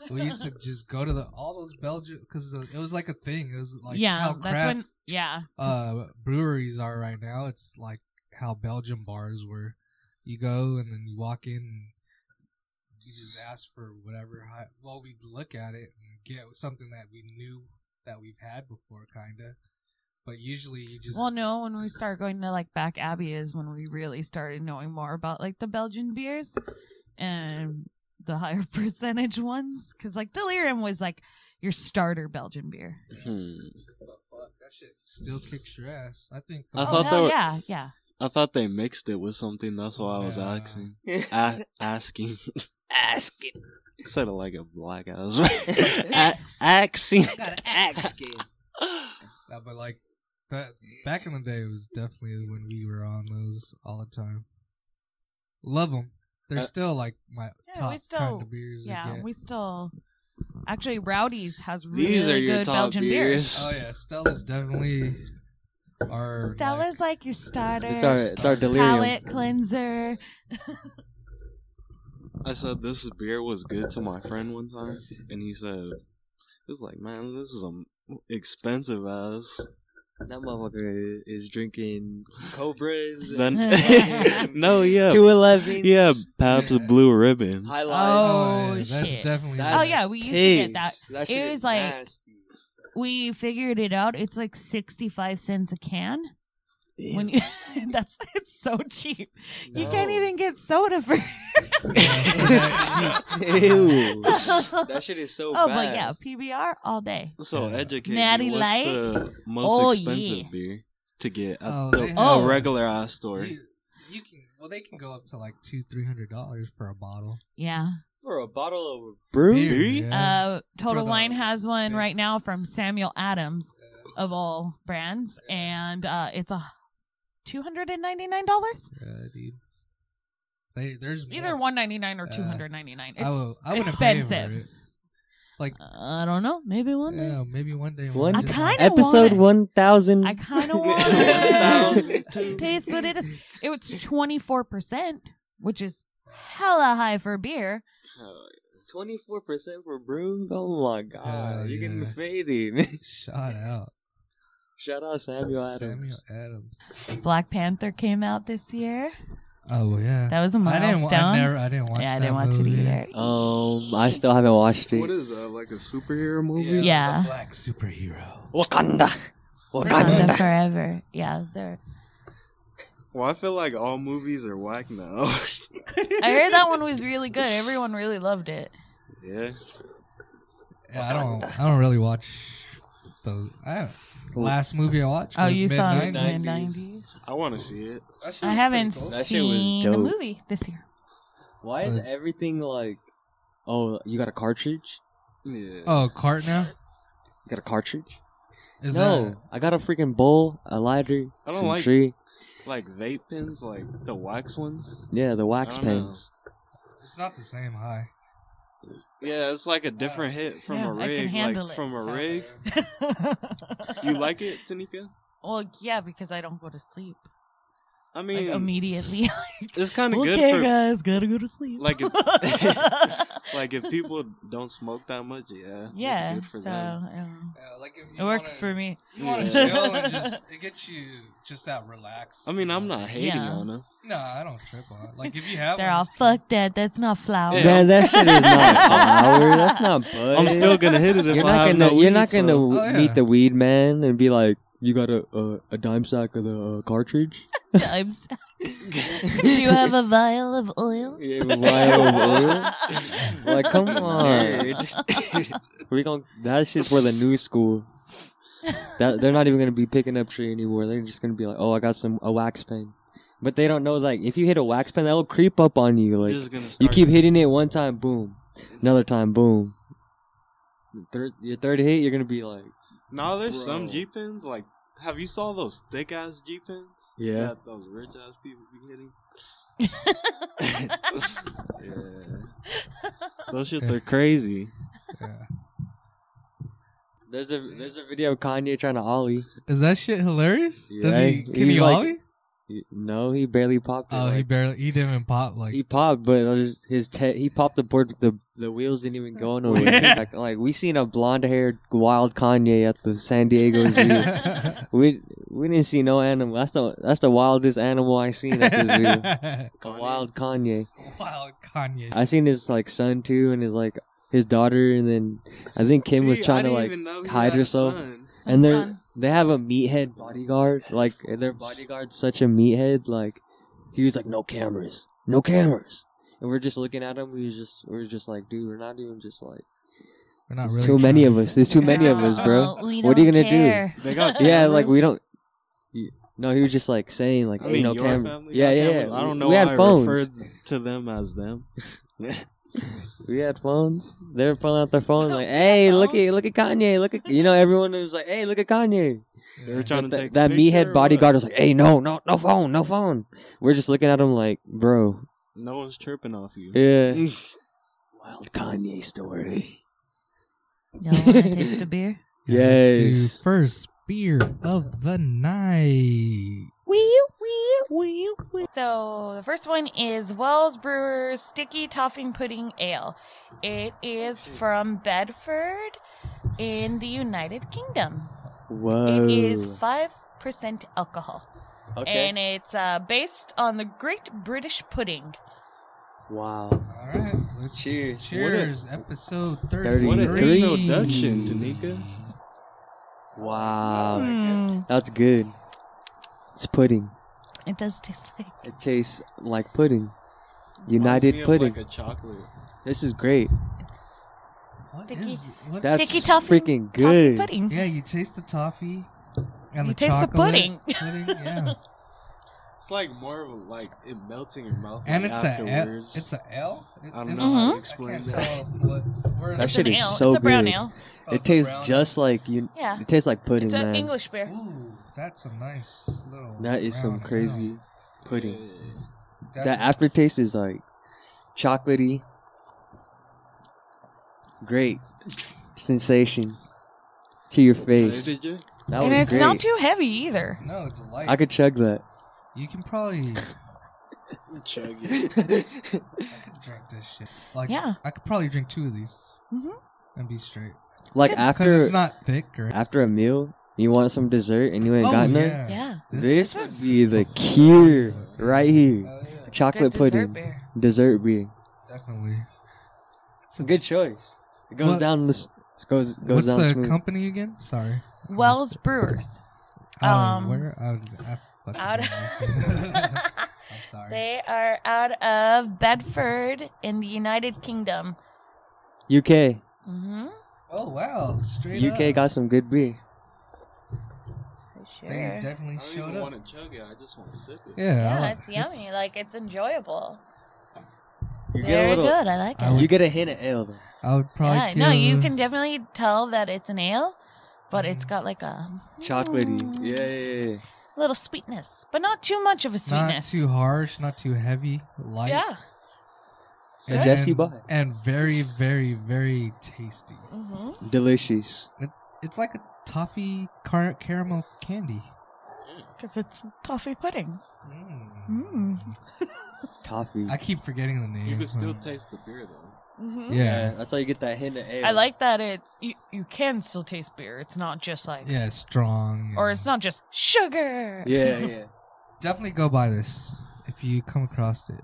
[SPEAKER 2] we used to just go to the all those Belgian because it was like a thing. It was like
[SPEAKER 4] yeah,
[SPEAKER 2] how
[SPEAKER 4] that's
[SPEAKER 2] craft
[SPEAKER 4] when. Yeah. 'cause-
[SPEAKER 2] uh, breweries are right now. It's like how Belgian bars were. You go and then you walk in and you just ask for whatever. High, well, we'd look at it and get something that we knew that we've had before, kind of. But usually you just.
[SPEAKER 4] well, no, when we start going to like Back Abbey is when we really started knowing more about like the Belgian beers and the higher percentage ones. Cause like Delirium was like your starter Belgian beer.
[SPEAKER 5] Hmm.
[SPEAKER 2] But fuck, that shit still kicks your ass. I think.
[SPEAKER 5] I
[SPEAKER 4] oh,
[SPEAKER 5] thought
[SPEAKER 4] hell
[SPEAKER 5] that were-
[SPEAKER 4] yeah, yeah.
[SPEAKER 5] I thought they mixed it with something. That's why I was
[SPEAKER 2] Nah.
[SPEAKER 5] asking. A- asking.
[SPEAKER 3] Asking.
[SPEAKER 5] Instead of like a black ass. a- axing.
[SPEAKER 3] Asking.
[SPEAKER 2] Nah, Uh, but like that back in the day it was definitely when we were on those all the time. Love them. They're
[SPEAKER 5] Uh,
[SPEAKER 2] still like my
[SPEAKER 4] Yeah, we
[SPEAKER 2] top
[SPEAKER 4] still-
[SPEAKER 2] kind of beers. to
[SPEAKER 4] Yeah,
[SPEAKER 2] get.
[SPEAKER 4] we still actually Rowdy's has really
[SPEAKER 5] These are your
[SPEAKER 4] good
[SPEAKER 5] top
[SPEAKER 4] Belgian beers.
[SPEAKER 5] beers.
[SPEAKER 2] Oh yeah, Stella's definitely our oh,
[SPEAKER 4] Stella's like your starter
[SPEAKER 3] It's our, it's our delirium.
[SPEAKER 4] palate cleanser.
[SPEAKER 5] I said this beer was good to my friend one time, and he said, "It was like, man, this is a expensive ass."
[SPEAKER 3] That motherfucker is drinking Cobras.
[SPEAKER 5] Then no, yeah,
[SPEAKER 3] 211.
[SPEAKER 5] yeah, Pabst
[SPEAKER 2] Yeah.
[SPEAKER 5] Blue Ribbon.
[SPEAKER 3] Highlights.
[SPEAKER 4] Oh,
[SPEAKER 2] that's
[SPEAKER 4] shit.
[SPEAKER 2] definitely
[SPEAKER 4] Oh, yeah, we used to get that.
[SPEAKER 3] pigs. That
[SPEAKER 4] It
[SPEAKER 3] shit
[SPEAKER 4] was
[SPEAKER 3] is
[SPEAKER 4] like-
[SPEAKER 3] nasty.
[SPEAKER 4] We figured it out. It's like sixty five cents a can. When you, that's it's so cheap. You can't
[SPEAKER 3] No.
[SPEAKER 2] Oh.
[SPEAKER 4] even get soda for.
[SPEAKER 2] Yeah.
[SPEAKER 3] Ew. that shit is so
[SPEAKER 4] oh,
[SPEAKER 3] bad.
[SPEAKER 4] but yeah, PBR all day.
[SPEAKER 5] So
[SPEAKER 2] Yeah.
[SPEAKER 5] educate
[SPEAKER 4] Natty
[SPEAKER 5] me. What's
[SPEAKER 4] Light?
[SPEAKER 5] the most
[SPEAKER 4] Oh,
[SPEAKER 5] expensive
[SPEAKER 4] yeah.
[SPEAKER 5] beer to get at
[SPEAKER 2] Oh, they
[SPEAKER 5] the,
[SPEAKER 2] have-
[SPEAKER 4] Oh.
[SPEAKER 5] a regular ass store?
[SPEAKER 2] You, you can well they can go up to like two three hundred dollars for a bottle.
[SPEAKER 4] Yeah.
[SPEAKER 3] For a bottle of
[SPEAKER 5] Brew?
[SPEAKER 2] Beer, yeah.
[SPEAKER 4] Uh, Total
[SPEAKER 2] the-
[SPEAKER 4] Wine has one
[SPEAKER 2] yeah.
[SPEAKER 4] right now from Samuel Adams of all brands, and uh, it's a two hundred and ninety nine dollars.
[SPEAKER 2] Yeah, dude. They there's
[SPEAKER 4] Either
[SPEAKER 2] more.
[SPEAKER 4] one ninety nine or
[SPEAKER 2] Uh,
[SPEAKER 4] two hundred ninety nine. It's
[SPEAKER 2] I will, I wouldn't Pay
[SPEAKER 4] expensive.
[SPEAKER 2] for it. Like
[SPEAKER 4] I don't know. Maybe one day.
[SPEAKER 2] yeah, maybe one day.
[SPEAKER 3] One-
[SPEAKER 2] we'll
[SPEAKER 3] I
[SPEAKER 2] just-
[SPEAKER 4] kinda- I
[SPEAKER 3] episode
[SPEAKER 4] want it.
[SPEAKER 3] 1000.
[SPEAKER 4] I kind of want it.
[SPEAKER 5] 1002.
[SPEAKER 4] Taste what it is. It was 24%, which is hella high for beer.
[SPEAKER 5] Hell,
[SPEAKER 3] 24% Uh, for brew? Oh my god.
[SPEAKER 2] Hell
[SPEAKER 3] You're
[SPEAKER 2] yeah.
[SPEAKER 3] getting faded.
[SPEAKER 2] Shout out
[SPEAKER 3] Shout out Samuel Adams.
[SPEAKER 2] Samuel Adams.
[SPEAKER 4] Black Panther came out this year.
[SPEAKER 2] Oh yeah,
[SPEAKER 4] That was a
[SPEAKER 2] I didn't.
[SPEAKER 4] milestone.
[SPEAKER 2] wa- I never. I didn't watch.
[SPEAKER 4] yeah,
[SPEAKER 2] that
[SPEAKER 4] I didn't watch
[SPEAKER 2] movie.
[SPEAKER 4] it either.
[SPEAKER 3] Um, I still haven't watched it.
[SPEAKER 5] What is that? Like a superhero movie?
[SPEAKER 4] Yeah.
[SPEAKER 2] the black superhero.
[SPEAKER 3] Wakanda.
[SPEAKER 4] Wakanda
[SPEAKER 3] Wakanda.
[SPEAKER 4] Forever. Yeah, they're.
[SPEAKER 5] Well, I feel like all movies are whack now.
[SPEAKER 4] I heard that one was really good. Everyone really loved it.
[SPEAKER 5] yeah.
[SPEAKER 2] Yeah, I don't. I don't really watch those. I, the last movie I watched.
[SPEAKER 4] Oh,
[SPEAKER 2] was
[SPEAKER 4] you saw it in the
[SPEAKER 2] Midnight.
[SPEAKER 3] Midnight. 90s.
[SPEAKER 4] 90s?
[SPEAKER 5] I want to see it.
[SPEAKER 4] I haven't
[SPEAKER 3] That shit was
[SPEAKER 4] seen the
[SPEAKER 3] dope.
[SPEAKER 4] movie this year.
[SPEAKER 3] Why is everything like. Oh, you got a cartridge?
[SPEAKER 5] Yeah.
[SPEAKER 2] Oh, cart now.
[SPEAKER 3] You got a cartridge?
[SPEAKER 2] Is
[SPEAKER 3] no,
[SPEAKER 2] that
[SPEAKER 3] I got a freaking bowl, a lighter,
[SPEAKER 5] I don't
[SPEAKER 3] some
[SPEAKER 5] like-
[SPEAKER 3] tree.
[SPEAKER 5] Like vape pens, like the wax ones.
[SPEAKER 3] Yeah, the wax
[SPEAKER 5] I don't know.
[SPEAKER 3] pens.
[SPEAKER 2] it's not the same high.
[SPEAKER 5] Yeah, it's like a different hit from
[SPEAKER 4] Yeah,
[SPEAKER 5] a
[SPEAKER 4] I can
[SPEAKER 5] rig.
[SPEAKER 4] handle
[SPEAKER 5] Like
[SPEAKER 4] it.
[SPEAKER 5] from a
[SPEAKER 4] So-
[SPEAKER 5] rig. You like it, Tanika?
[SPEAKER 4] Well, yeah, because I don't go to sleep.
[SPEAKER 5] I
[SPEAKER 4] like,
[SPEAKER 5] mean,
[SPEAKER 4] immediately.
[SPEAKER 5] it's kind of
[SPEAKER 4] okay,
[SPEAKER 5] good for
[SPEAKER 4] guys, gotta go to sleep.
[SPEAKER 5] like if- like if people don't smoke that much, yeah,
[SPEAKER 4] yeah,
[SPEAKER 5] it's good for
[SPEAKER 4] so
[SPEAKER 5] them.
[SPEAKER 4] um,
[SPEAKER 2] Yeah, like if
[SPEAKER 4] it
[SPEAKER 2] you
[SPEAKER 4] works
[SPEAKER 2] wanna,
[SPEAKER 4] for me.
[SPEAKER 2] You want
[SPEAKER 5] Yeah.
[SPEAKER 2] to chill and just it gets you just that relaxed.
[SPEAKER 5] I mean, I'm not hating
[SPEAKER 4] Yeah.
[SPEAKER 5] on them.
[SPEAKER 2] No, I don't trip on. it. Like if you have,
[SPEAKER 4] They're
[SPEAKER 2] one,
[SPEAKER 4] all
[SPEAKER 2] just keep-
[SPEAKER 4] fuck that. That's not flour.
[SPEAKER 5] Yeah.
[SPEAKER 3] Man, that shit is not flower. That's not bud.
[SPEAKER 5] I'm still gonna hit it if
[SPEAKER 3] You're
[SPEAKER 5] I
[SPEAKER 3] not
[SPEAKER 5] have
[SPEAKER 3] gonna.
[SPEAKER 5] no
[SPEAKER 3] you're
[SPEAKER 5] weed,
[SPEAKER 3] not gonna
[SPEAKER 5] so-
[SPEAKER 3] w-
[SPEAKER 2] Oh, yeah.
[SPEAKER 3] meet the weed man and be like, "You got a a, a dime sack of the uh, cartridge."
[SPEAKER 4] Times. Do you have a vial of oil?
[SPEAKER 3] Yeah, a vial of oil? Like, come on.
[SPEAKER 5] Nerd.
[SPEAKER 3] We going that shit's for the new school. That they're not even gonna be picking up tree anymore. They're just gonna be like, "Oh, I got some a wax pen," but they don't know like if you hit a wax pen, that'll creep up on you. Like
[SPEAKER 5] Just gonna
[SPEAKER 3] you
[SPEAKER 5] start-
[SPEAKER 3] keep hitting it one time, boom, another time, boom. The Third, your third hit, you're gonna be like,
[SPEAKER 5] No, there's some
[SPEAKER 3] Bro.
[SPEAKER 5] G pins. Like, have you saw those thick ass G pins?
[SPEAKER 3] Yeah.
[SPEAKER 5] That those rich ass people be hitting. yeah. Those shits are crazy.
[SPEAKER 3] "There's a there's a video of Kanye trying to ollie."
[SPEAKER 2] Is that shit hilarious? Does
[SPEAKER 3] Yeah,
[SPEAKER 2] he? Can
[SPEAKER 3] he's
[SPEAKER 2] he
[SPEAKER 3] like-
[SPEAKER 2] ollie?
[SPEAKER 3] Y- No, he barely popped. It.
[SPEAKER 2] Oh, he
[SPEAKER 3] like,
[SPEAKER 2] barely. He didn't even pop. Like
[SPEAKER 3] he popped, but it was- his te- he popped the board. but The the wheels didn't even go nowhere. like, like we seen a blonde haired wild Kanye at the San Diego Zoo. we we didn't see no animal. That's the that's the wildest animal I seen at the zoo. A wild Kanye.
[SPEAKER 2] Wild Kanye.
[SPEAKER 3] I seen his like son too, and his like his daughter, and then I think Kim was
[SPEAKER 5] See, I
[SPEAKER 3] trying to
[SPEAKER 5] didn't
[SPEAKER 3] like,
[SPEAKER 5] even know he
[SPEAKER 3] hide
[SPEAKER 5] had a
[SPEAKER 3] herself.
[SPEAKER 5] son.
[SPEAKER 3] and they are
[SPEAKER 4] Son.
[SPEAKER 3] they have a meathead bodyguard. Like and their bodyguard's such a meathead. Like he was like no cameras, no cameras, and we're just looking at him. We was just we are just like, dude, we're not even just like.
[SPEAKER 2] We're not
[SPEAKER 3] There's
[SPEAKER 2] really
[SPEAKER 3] too many
[SPEAKER 2] trying.
[SPEAKER 3] of us. There's too many of us, bro.
[SPEAKER 4] No, Uh, we
[SPEAKER 3] What are you
[SPEAKER 4] don't
[SPEAKER 3] gonna do?
[SPEAKER 4] care.
[SPEAKER 5] They got
[SPEAKER 3] yeah, like we
[SPEAKER 5] cameras?
[SPEAKER 3] don't. y- No, he was just like saying like,
[SPEAKER 5] I
[SPEAKER 3] "Hey,
[SPEAKER 5] mean,
[SPEAKER 3] no
[SPEAKER 5] your
[SPEAKER 3] camera."
[SPEAKER 5] family
[SPEAKER 3] Yeah,
[SPEAKER 5] got
[SPEAKER 3] yeah,
[SPEAKER 5] cameras.
[SPEAKER 3] yeah.
[SPEAKER 5] I don't know.
[SPEAKER 3] We
[SPEAKER 5] why
[SPEAKER 3] had phones.
[SPEAKER 5] I referred to them as them.
[SPEAKER 3] We had phones. They were pulling out their phones like, "Hey, look
[SPEAKER 4] phones?
[SPEAKER 3] at look at Kanye. Look at you know everyone was like, "Hey, look at Kanye."
[SPEAKER 5] They were
[SPEAKER 2] Yeah.
[SPEAKER 5] trying
[SPEAKER 3] But
[SPEAKER 5] to
[SPEAKER 3] that
[SPEAKER 5] take
[SPEAKER 3] that
[SPEAKER 5] a picture or
[SPEAKER 3] meathead
[SPEAKER 5] what?
[SPEAKER 3] bodyguard was like, "Hey, no, no, no phone, no phone." We're just looking at him like, "Bro,
[SPEAKER 5] No one's chirping off you.
[SPEAKER 3] yeah." Wild Kanye story.
[SPEAKER 4] Y'all want to taste a beer?
[SPEAKER 2] Yeah, let's do
[SPEAKER 3] Yes.
[SPEAKER 2] First beer of the night.
[SPEAKER 4] Wee wee wee wee. So the first one is Wells Brewer's Sticky Toffee Pudding Ale. It is from Bedford in the United Kingdom.
[SPEAKER 3] Whoa.
[SPEAKER 4] It is five percent alcohol,
[SPEAKER 3] okay.
[SPEAKER 4] and it's uh, based on the Great British Pudding.
[SPEAKER 3] wow.
[SPEAKER 2] All right. Let's
[SPEAKER 3] Cheers.
[SPEAKER 2] Cheers. Episode 33.
[SPEAKER 5] What an
[SPEAKER 3] 33.
[SPEAKER 5] introduction, Tanika.
[SPEAKER 3] Wow.
[SPEAKER 4] Mm,
[SPEAKER 3] That's good. It's pudding.
[SPEAKER 4] it does taste like
[SPEAKER 3] It tastes like pudding.
[SPEAKER 5] Reminds me
[SPEAKER 3] United
[SPEAKER 5] of,
[SPEAKER 3] pudding.
[SPEAKER 5] Like a chocolate.
[SPEAKER 3] this is great.
[SPEAKER 2] What
[SPEAKER 4] Sticky-
[SPEAKER 2] is- what-
[SPEAKER 3] That's
[SPEAKER 4] sticky toffee
[SPEAKER 3] freaking
[SPEAKER 4] toffee
[SPEAKER 3] good.
[SPEAKER 4] pudding.
[SPEAKER 2] yeah, you taste the toffee and the
[SPEAKER 4] You taste the
[SPEAKER 2] chocolate.
[SPEAKER 4] pudding.
[SPEAKER 2] pudding, yeah.
[SPEAKER 5] It's like more of a, like it melts in your mouth.
[SPEAKER 2] and
[SPEAKER 5] like,
[SPEAKER 2] it's a L.
[SPEAKER 5] afterwards.
[SPEAKER 2] It's a L. It-
[SPEAKER 5] I don't
[SPEAKER 2] it's-
[SPEAKER 5] know how
[SPEAKER 4] Mhm.
[SPEAKER 5] to
[SPEAKER 2] I
[SPEAKER 5] explain
[SPEAKER 2] can't
[SPEAKER 5] that.
[SPEAKER 2] tell what we're
[SPEAKER 3] That
[SPEAKER 4] It's
[SPEAKER 3] shit
[SPEAKER 4] an
[SPEAKER 3] is
[SPEAKER 4] ale.
[SPEAKER 3] so
[SPEAKER 4] it's a brown
[SPEAKER 3] good.
[SPEAKER 4] ale.
[SPEAKER 2] oh,
[SPEAKER 3] It
[SPEAKER 2] the
[SPEAKER 3] tastes
[SPEAKER 2] brown-
[SPEAKER 3] just like you.
[SPEAKER 4] Yeah.
[SPEAKER 3] It tastes like pudding,
[SPEAKER 4] It's an
[SPEAKER 3] man.
[SPEAKER 4] English beer.
[SPEAKER 2] Ooh, that's a nice little.
[SPEAKER 3] that is some
[SPEAKER 2] brown ale.
[SPEAKER 3] crazy pudding.
[SPEAKER 2] That-
[SPEAKER 3] That aftertaste is like chocolatey. Great sensation to your face.
[SPEAKER 5] Did you?
[SPEAKER 3] That
[SPEAKER 4] And
[SPEAKER 3] was
[SPEAKER 4] it's
[SPEAKER 3] great.
[SPEAKER 4] not too heavy either.
[SPEAKER 2] no, it's light.
[SPEAKER 3] I could chug that.
[SPEAKER 2] you can probably
[SPEAKER 5] Chug it.
[SPEAKER 2] drink this shit. Like,
[SPEAKER 4] Yeah.
[SPEAKER 2] I could probably drink two of these
[SPEAKER 4] Mhm.
[SPEAKER 2] and be straight.
[SPEAKER 3] like
[SPEAKER 2] Because
[SPEAKER 3] Mm-hmm. after
[SPEAKER 2] it's not thick or.
[SPEAKER 3] after a meal, you want some dessert and you ain't
[SPEAKER 2] Oh,
[SPEAKER 3] got none.
[SPEAKER 2] yeah.
[SPEAKER 4] Yeah.
[SPEAKER 3] This
[SPEAKER 4] This
[SPEAKER 3] would
[SPEAKER 4] is-
[SPEAKER 3] be the cure right here.
[SPEAKER 2] Oh, yeah,
[SPEAKER 3] Chocolate
[SPEAKER 4] Good dessert
[SPEAKER 3] pudding,
[SPEAKER 4] beer.
[SPEAKER 3] dessert beer.
[SPEAKER 2] definitely.
[SPEAKER 3] It's a good choice. It goes
[SPEAKER 2] What-
[SPEAKER 3] down this. It goes goes
[SPEAKER 2] What's
[SPEAKER 3] down
[SPEAKER 2] the
[SPEAKER 3] smooth.
[SPEAKER 2] company again? Sorry.
[SPEAKER 4] Wells Brewers.
[SPEAKER 2] Out of
[SPEAKER 4] Um,
[SPEAKER 2] where? Out of. I fucking
[SPEAKER 4] out of-
[SPEAKER 2] don't know. I'm sorry.
[SPEAKER 4] They are out of Bedford in the United Kingdom.
[SPEAKER 3] UK
[SPEAKER 4] Mm-hmm.
[SPEAKER 2] oh wow! Straight
[SPEAKER 3] UK
[SPEAKER 2] up.
[SPEAKER 3] got some good beer.
[SPEAKER 4] For sure.
[SPEAKER 2] They
[SPEAKER 4] Yeah,
[SPEAKER 5] I
[SPEAKER 2] definitely
[SPEAKER 5] don't
[SPEAKER 2] showed
[SPEAKER 5] even
[SPEAKER 2] up.
[SPEAKER 5] want to chug it. I just want to sip it.
[SPEAKER 2] Yeah. I-
[SPEAKER 4] it's yummy. Like it's enjoyable.
[SPEAKER 3] You get
[SPEAKER 4] Very
[SPEAKER 3] a little.
[SPEAKER 4] good. I like
[SPEAKER 2] I
[SPEAKER 4] it.
[SPEAKER 2] would
[SPEAKER 3] You get a hint of ale though.
[SPEAKER 2] I would probably.
[SPEAKER 4] yeah. No, you
[SPEAKER 2] give-
[SPEAKER 4] can definitely tell that it's an ale, but it's got like a
[SPEAKER 3] Chocolatey.
[SPEAKER 4] Mm,
[SPEAKER 3] Yeah, yeah, yeah.
[SPEAKER 4] little sweetness, but not too much of a
[SPEAKER 2] Not
[SPEAKER 4] sweetness.
[SPEAKER 2] too harsh, not too heavy, light.
[SPEAKER 4] Yeah.
[SPEAKER 3] So Jesse
[SPEAKER 2] and-
[SPEAKER 3] bought.
[SPEAKER 2] And very, very, very tasty.
[SPEAKER 4] Mm-hmm.
[SPEAKER 3] Delicious.
[SPEAKER 2] It, it's like a toffee car- caramel candy.
[SPEAKER 4] Because it's toffee pudding. Mm.
[SPEAKER 3] Toffee.
[SPEAKER 2] I keep forgetting the name.
[SPEAKER 5] You can still
[SPEAKER 2] but-
[SPEAKER 5] taste the beer though.
[SPEAKER 4] Mhm.
[SPEAKER 2] yeah.
[SPEAKER 3] that's why you get that hint of ale.
[SPEAKER 4] I like that it's you, you can still taste beer. It's not just like
[SPEAKER 2] Yeah, strong.
[SPEAKER 4] or
[SPEAKER 2] and-
[SPEAKER 4] it's not just sugar.
[SPEAKER 3] Yeah, yeah.
[SPEAKER 2] definitely go buy this if you come across it.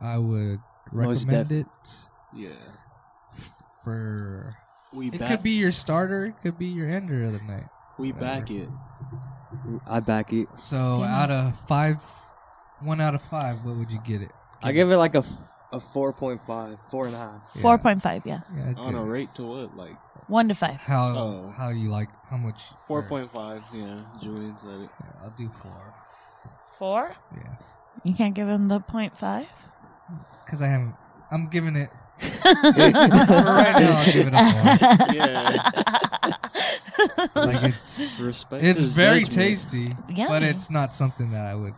[SPEAKER 2] I would
[SPEAKER 3] Most
[SPEAKER 2] recommend it
[SPEAKER 5] Yeah.
[SPEAKER 2] for.
[SPEAKER 5] We
[SPEAKER 2] It
[SPEAKER 5] back
[SPEAKER 2] could be your starter. It could be your ender of the night.
[SPEAKER 5] we back it.
[SPEAKER 3] I back it.
[SPEAKER 2] So
[SPEAKER 4] Fair.
[SPEAKER 2] out of five, one out of five, what would you get it?
[SPEAKER 3] I give it like a, f- a 4.5, four and a half.
[SPEAKER 2] Yeah.
[SPEAKER 4] Four point five, yeah,
[SPEAKER 2] Yeah, I'd
[SPEAKER 3] Oh,
[SPEAKER 5] I don't
[SPEAKER 2] give
[SPEAKER 5] know,
[SPEAKER 2] it.
[SPEAKER 5] rate to what? Like
[SPEAKER 4] one to five.
[SPEAKER 2] How
[SPEAKER 5] Oh.
[SPEAKER 2] how you like how much?
[SPEAKER 5] four point five, yeah. Julian said it.
[SPEAKER 2] Yeah, I'll do four.
[SPEAKER 4] Four?
[SPEAKER 2] Yeah,
[SPEAKER 4] You can't give him the point five.
[SPEAKER 2] because I haven't. I'm giving it for right now. I'll give it a four.
[SPEAKER 5] Yeah.
[SPEAKER 2] Like it's
[SPEAKER 5] Respect
[SPEAKER 2] it's
[SPEAKER 5] his
[SPEAKER 2] very
[SPEAKER 5] judgment.
[SPEAKER 2] tasty, but
[SPEAKER 4] Yummy.
[SPEAKER 2] it's not something that I would.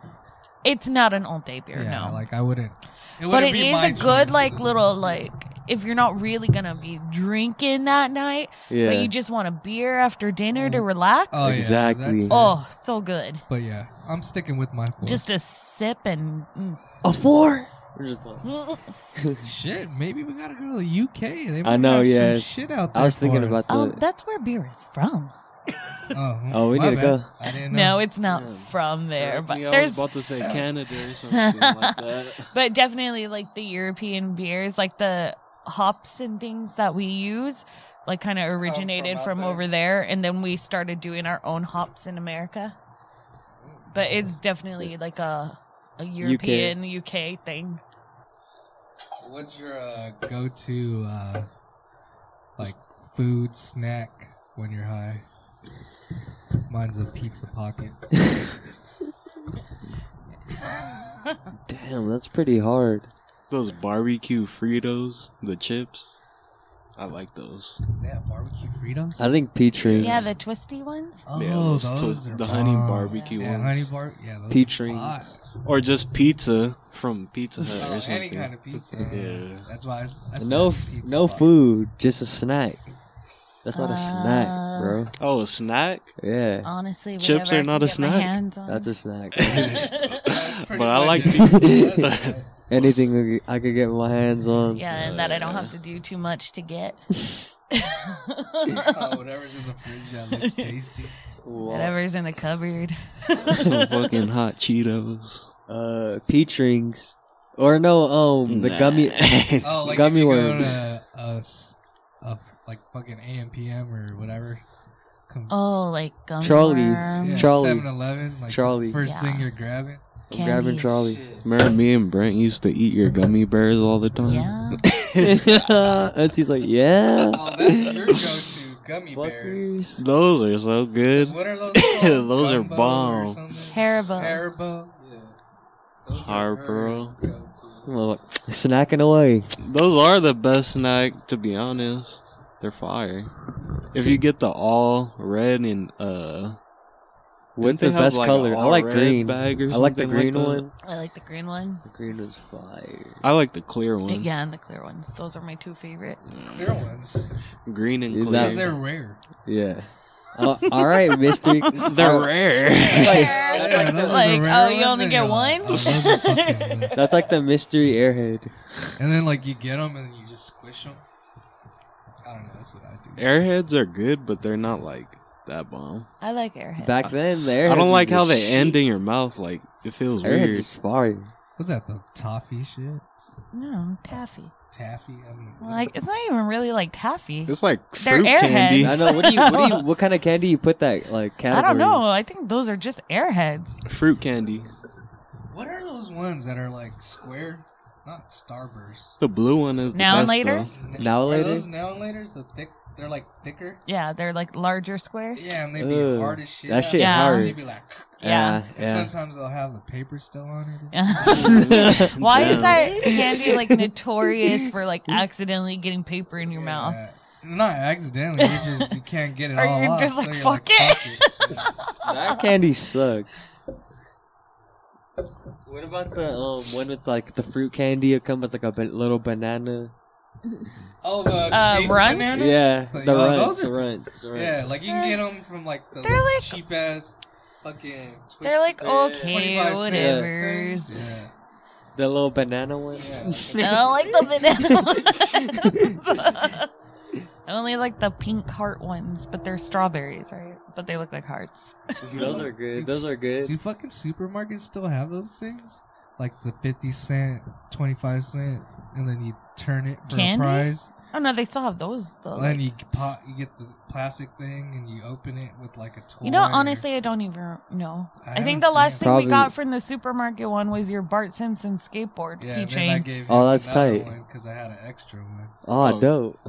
[SPEAKER 4] It's not an all day beer,
[SPEAKER 2] Yeah,
[SPEAKER 4] no.
[SPEAKER 2] like I wouldn't. It
[SPEAKER 4] but
[SPEAKER 2] wouldn't
[SPEAKER 4] it
[SPEAKER 2] be
[SPEAKER 4] is
[SPEAKER 2] my
[SPEAKER 4] a good
[SPEAKER 2] choice.
[SPEAKER 4] like little like if you're not really gonna be drinking that night,
[SPEAKER 3] Yeah.
[SPEAKER 4] but you just want a beer after dinner to relax.
[SPEAKER 2] Oh, yeah,
[SPEAKER 3] Exactly.
[SPEAKER 2] that's-
[SPEAKER 4] oh, so good.
[SPEAKER 2] But yeah, I'm sticking with my four.
[SPEAKER 4] Just a sip and mm.
[SPEAKER 3] a four?
[SPEAKER 4] Oh,
[SPEAKER 2] shit. Maybe we gotta go to the UK. They
[SPEAKER 3] I know,
[SPEAKER 2] have some
[SPEAKER 3] yeah.
[SPEAKER 2] shit out
[SPEAKER 3] I
[SPEAKER 2] there.
[SPEAKER 3] was thinking
[SPEAKER 2] for
[SPEAKER 3] about
[SPEAKER 2] us.
[SPEAKER 4] oh,
[SPEAKER 3] the.
[SPEAKER 4] that's where beer is from.
[SPEAKER 2] Oh,
[SPEAKER 3] Oh, we
[SPEAKER 2] my
[SPEAKER 3] need to
[SPEAKER 2] bad.
[SPEAKER 3] go.
[SPEAKER 2] I didn't know.
[SPEAKER 4] No, it's not
[SPEAKER 5] Yeah.
[SPEAKER 4] from there,
[SPEAKER 5] Correct
[SPEAKER 4] but
[SPEAKER 5] me, I
[SPEAKER 4] there's
[SPEAKER 5] was about to say Canada or something like that.
[SPEAKER 4] but definitely like the European beers, like the hops and things that we use, like kind of originated
[SPEAKER 2] out
[SPEAKER 4] from,
[SPEAKER 2] there.
[SPEAKER 4] over there, and then we started doing our own hops in America. But it's definitely like a a European UK, thing.
[SPEAKER 2] What's your uh, go-to uh, like food snack when you're high? Mine's a pizza pocket.
[SPEAKER 3] Damn, that's pretty hard.
[SPEAKER 5] Those barbecue Fritos, the chips. I like those.
[SPEAKER 2] They have barbecue Fritos.
[SPEAKER 3] I think peach rings.
[SPEAKER 4] Yeah, the twisty ones.
[SPEAKER 2] oh,
[SPEAKER 5] Yeah, those
[SPEAKER 2] those
[SPEAKER 5] twi-
[SPEAKER 2] are
[SPEAKER 5] the honey
[SPEAKER 2] bomb.
[SPEAKER 5] barbecue
[SPEAKER 2] Yeah,
[SPEAKER 5] ones.
[SPEAKER 2] honey bar. Yeah, those
[SPEAKER 3] Peach
[SPEAKER 2] are
[SPEAKER 3] rings.
[SPEAKER 2] hot.
[SPEAKER 5] Or just pizza from Pizza Hut
[SPEAKER 2] Oh,
[SPEAKER 5] or something.
[SPEAKER 2] any kind of pizza.
[SPEAKER 5] Yeah.
[SPEAKER 2] That's why I, s- I said
[SPEAKER 3] no,
[SPEAKER 2] pizza
[SPEAKER 3] no
[SPEAKER 2] pocket.
[SPEAKER 3] food, just a snack. That's not a snack,
[SPEAKER 4] Uh,
[SPEAKER 3] bro.
[SPEAKER 5] Oh, a snack?
[SPEAKER 3] Yeah,
[SPEAKER 4] Honestly,
[SPEAKER 5] Chips
[SPEAKER 4] whatever
[SPEAKER 5] are
[SPEAKER 4] I
[SPEAKER 5] not
[SPEAKER 4] can
[SPEAKER 5] a
[SPEAKER 4] get my
[SPEAKER 5] snack.
[SPEAKER 4] hands on.
[SPEAKER 3] that's a snack.
[SPEAKER 2] That's pretty
[SPEAKER 5] But I
[SPEAKER 2] much
[SPEAKER 5] like
[SPEAKER 2] it.
[SPEAKER 3] pizza.
[SPEAKER 2] That's it.
[SPEAKER 3] Anything I could- I could get my hands on.
[SPEAKER 4] yeah, and that I don't have to do too much to get.
[SPEAKER 2] Oh, whatever's in the fridge that looks tasty.
[SPEAKER 3] Wow.
[SPEAKER 4] Whatever's in the cupboard.
[SPEAKER 5] Some fucking hot Cheetos.
[SPEAKER 3] Uh, peach rings, or no, um, the
[SPEAKER 5] Nah.
[SPEAKER 3] gummy.
[SPEAKER 2] Oh, like
[SPEAKER 3] Gummy
[SPEAKER 2] if you
[SPEAKER 3] worms.
[SPEAKER 2] Go to a, s- a f- like fucking AM PM or whatever. Com-
[SPEAKER 4] Oh, like gum
[SPEAKER 3] Charlie's.
[SPEAKER 4] worms,
[SPEAKER 2] yeah,
[SPEAKER 3] Charlie.
[SPEAKER 2] 7-Eleven, like
[SPEAKER 3] Charlie.
[SPEAKER 2] The first thing
[SPEAKER 4] Yeah.
[SPEAKER 2] you're grabbing.
[SPEAKER 3] I'm grabbing
[SPEAKER 4] candy.
[SPEAKER 3] Charlie.
[SPEAKER 5] Remember me and Brent used to eat your gummy bears all the time?
[SPEAKER 4] Yeah.
[SPEAKER 3] Auntie's like, yeah.
[SPEAKER 2] Oh, that's your go-to gummy bears.
[SPEAKER 3] Fuckers.
[SPEAKER 5] Those are so good.
[SPEAKER 2] What are those?
[SPEAKER 5] called?
[SPEAKER 2] Called?
[SPEAKER 5] Those are bomb.
[SPEAKER 4] Haribo.
[SPEAKER 2] Haribo. Yeah. Those are her
[SPEAKER 5] Harborough.
[SPEAKER 2] go-to.
[SPEAKER 3] I'm like, Snacking away.
[SPEAKER 5] Those are the best snack, to be honest. They're fire. If you get the all red and uh,
[SPEAKER 3] What's the
[SPEAKER 5] Didn't they have,
[SPEAKER 3] best
[SPEAKER 5] like,
[SPEAKER 3] color?
[SPEAKER 5] a
[SPEAKER 3] I like
[SPEAKER 5] all-red
[SPEAKER 3] green.
[SPEAKER 5] bag or
[SPEAKER 3] I like the
[SPEAKER 5] something like
[SPEAKER 3] green
[SPEAKER 5] that?
[SPEAKER 3] one.
[SPEAKER 4] I like the green one.
[SPEAKER 3] The green was fire.
[SPEAKER 5] I like the clear one,
[SPEAKER 4] Yeah, and the clear ones. Those are my two favorite.
[SPEAKER 2] Clear ones.
[SPEAKER 5] green and
[SPEAKER 3] Yeah,
[SPEAKER 5] clear.
[SPEAKER 3] that-
[SPEAKER 2] Because they're rare.
[SPEAKER 3] Yeah. Uh, all right, uh, Mister.
[SPEAKER 5] They're rare.
[SPEAKER 4] Like,
[SPEAKER 2] Yeah, those are the
[SPEAKER 4] like,
[SPEAKER 2] rare
[SPEAKER 4] oh, you
[SPEAKER 2] ones,
[SPEAKER 4] only
[SPEAKER 2] and
[SPEAKER 4] get
[SPEAKER 2] you're like,
[SPEAKER 4] one?
[SPEAKER 2] oh, those are fucking lit.
[SPEAKER 3] That's like the mystery airhead.
[SPEAKER 2] and then like you get them and you just squish them. I don't know. That's what I do.
[SPEAKER 5] Airheads are good, but they're not like that bomb.
[SPEAKER 4] I like Airhead.
[SPEAKER 3] Back then, the airhead.
[SPEAKER 5] I don't like how they
[SPEAKER 3] ended.
[SPEAKER 5] end in your mouth. Like it feels
[SPEAKER 3] Airheads
[SPEAKER 5] weird.
[SPEAKER 3] is fire.
[SPEAKER 2] Was that the toffee shit?
[SPEAKER 4] no, taffy.
[SPEAKER 2] Taffy? I don't know.
[SPEAKER 4] Like, it's not even really like taffy.
[SPEAKER 5] It's like
[SPEAKER 4] They're
[SPEAKER 5] fruit candy.
[SPEAKER 3] I know. What do you? What, do you, what kind of candy you put that like
[SPEAKER 4] I
[SPEAKER 3] category?
[SPEAKER 4] don't know. I think those are just Airheads.
[SPEAKER 5] Fruit candy.
[SPEAKER 2] what are those ones that are like square? Not Starburst.
[SPEAKER 5] The blue one is the
[SPEAKER 4] Now and
[SPEAKER 5] best.
[SPEAKER 4] later?
[SPEAKER 5] though.
[SPEAKER 3] Now
[SPEAKER 2] are
[SPEAKER 3] later?
[SPEAKER 2] those now and later? So thick. They're like thicker.
[SPEAKER 4] Yeah, they're like larger squares.
[SPEAKER 2] Yeah, and they be
[SPEAKER 3] Ugh,
[SPEAKER 2] hard as shit.
[SPEAKER 3] that shit
[SPEAKER 2] And
[SPEAKER 4] Yeah.
[SPEAKER 3] hard.
[SPEAKER 2] They be like,
[SPEAKER 4] Yeah.
[SPEAKER 2] and
[SPEAKER 3] Yeah.
[SPEAKER 2] sometimes they'll have the paper still on it.
[SPEAKER 3] yeah.
[SPEAKER 4] Why is
[SPEAKER 5] Damn.
[SPEAKER 4] that candy like notorious for like accidentally getting paper in your mouth?
[SPEAKER 2] Yeah. Not accidentally. You just you can't get it
[SPEAKER 4] Or
[SPEAKER 2] all
[SPEAKER 4] you're
[SPEAKER 2] off,
[SPEAKER 4] just
[SPEAKER 2] so
[SPEAKER 4] like,
[SPEAKER 2] you're
[SPEAKER 4] "Fuck it."
[SPEAKER 2] fuck it.
[SPEAKER 3] that candy sucks. What about the um one with like the fruit candy? It comes with like a ba- little banana.
[SPEAKER 2] Oh, the
[SPEAKER 4] Uh,
[SPEAKER 2] shaped
[SPEAKER 4] runs?
[SPEAKER 2] banana?
[SPEAKER 3] Yeah,
[SPEAKER 2] Like,
[SPEAKER 3] the
[SPEAKER 2] oh,
[SPEAKER 3] runs,
[SPEAKER 2] those are-
[SPEAKER 3] the runs, the runs.
[SPEAKER 2] Yeah, like you can get them from like the
[SPEAKER 4] They're like-
[SPEAKER 2] cheap ass. fucking. Twist
[SPEAKER 4] They're like,
[SPEAKER 2] the
[SPEAKER 4] okay,
[SPEAKER 2] 25 cent
[SPEAKER 4] whatever.
[SPEAKER 2] things. Yeah.
[SPEAKER 3] The little banana one.
[SPEAKER 2] Yeah.
[SPEAKER 4] I don't like the banana. one. I only like the pink heart ones, but they're strawberries, right? But they look like hearts.
[SPEAKER 3] Those are good. Those are good.
[SPEAKER 2] Do fucking supermarkets still have those things? Like the 50 cent, 25 cent, and then you turn it for
[SPEAKER 4] Candy?
[SPEAKER 2] a prize?
[SPEAKER 4] Oh no, they still have those though.
[SPEAKER 2] and
[SPEAKER 4] like-
[SPEAKER 2] you pop, you get the plastic thing and you open it with like a toy.
[SPEAKER 4] you know,
[SPEAKER 2] or-
[SPEAKER 4] honestly, I don't even know.
[SPEAKER 2] I
[SPEAKER 4] I, think
[SPEAKER 2] haven't
[SPEAKER 4] the
[SPEAKER 2] seen
[SPEAKER 4] last
[SPEAKER 2] it.
[SPEAKER 4] thing we got
[SPEAKER 3] Probably-
[SPEAKER 4] from the supermarket one was your Bart Simpson skateboard
[SPEAKER 2] yeah, and then I
[SPEAKER 4] keychain.
[SPEAKER 2] gave you
[SPEAKER 3] Oh, that's
[SPEAKER 2] another
[SPEAKER 3] tight.
[SPEAKER 2] one 'cause I had an extra one.
[SPEAKER 3] Oh,
[SPEAKER 5] Oh.
[SPEAKER 3] dope.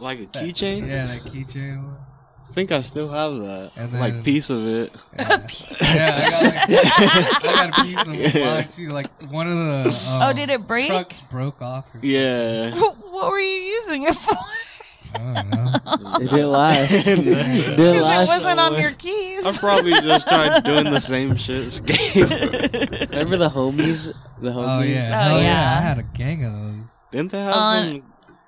[SPEAKER 5] Like a
[SPEAKER 2] That-
[SPEAKER 5] keychain?
[SPEAKER 2] Yeah, that keychain one.
[SPEAKER 5] I think I still have that.
[SPEAKER 2] And then-
[SPEAKER 5] like piece of it.
[SPEAKER 2] Yeah, yeah I, got like, I got a piece of mine too. Like one of the um,
[SPEAKER 4] Oh, did it break?
[SPEAKER 2] Trucks broke off. Or
[SPEAKER 5] Yeah.
[SPEAKER 4] what were you using it for?
[SPEAKER 2] something. I don't know.
[SPEAKER 3] It didn't last. it didn't
[SPEAKER 4] Because it
[SPEAKER 3] last.
[SPEAKER 4] wasn't on
[SPEAKER 5] one.
[SPEAKER 4] your keys.
[SPEAKER 5] I probably just tried doing the same shit. as Gabe.
[SPEAKER 3] Remember the homies? The homies.
[SPEAKER 2] Oh yeah,
[SPEAKER 4] Oh,
[SPEAKER 2] Hell
[SPEAKER 4] yeah.
[SPEAKER 2] I had a gang of those.
[SPEAKER 5] Didn't they have
[SPEAKER 4] Uh,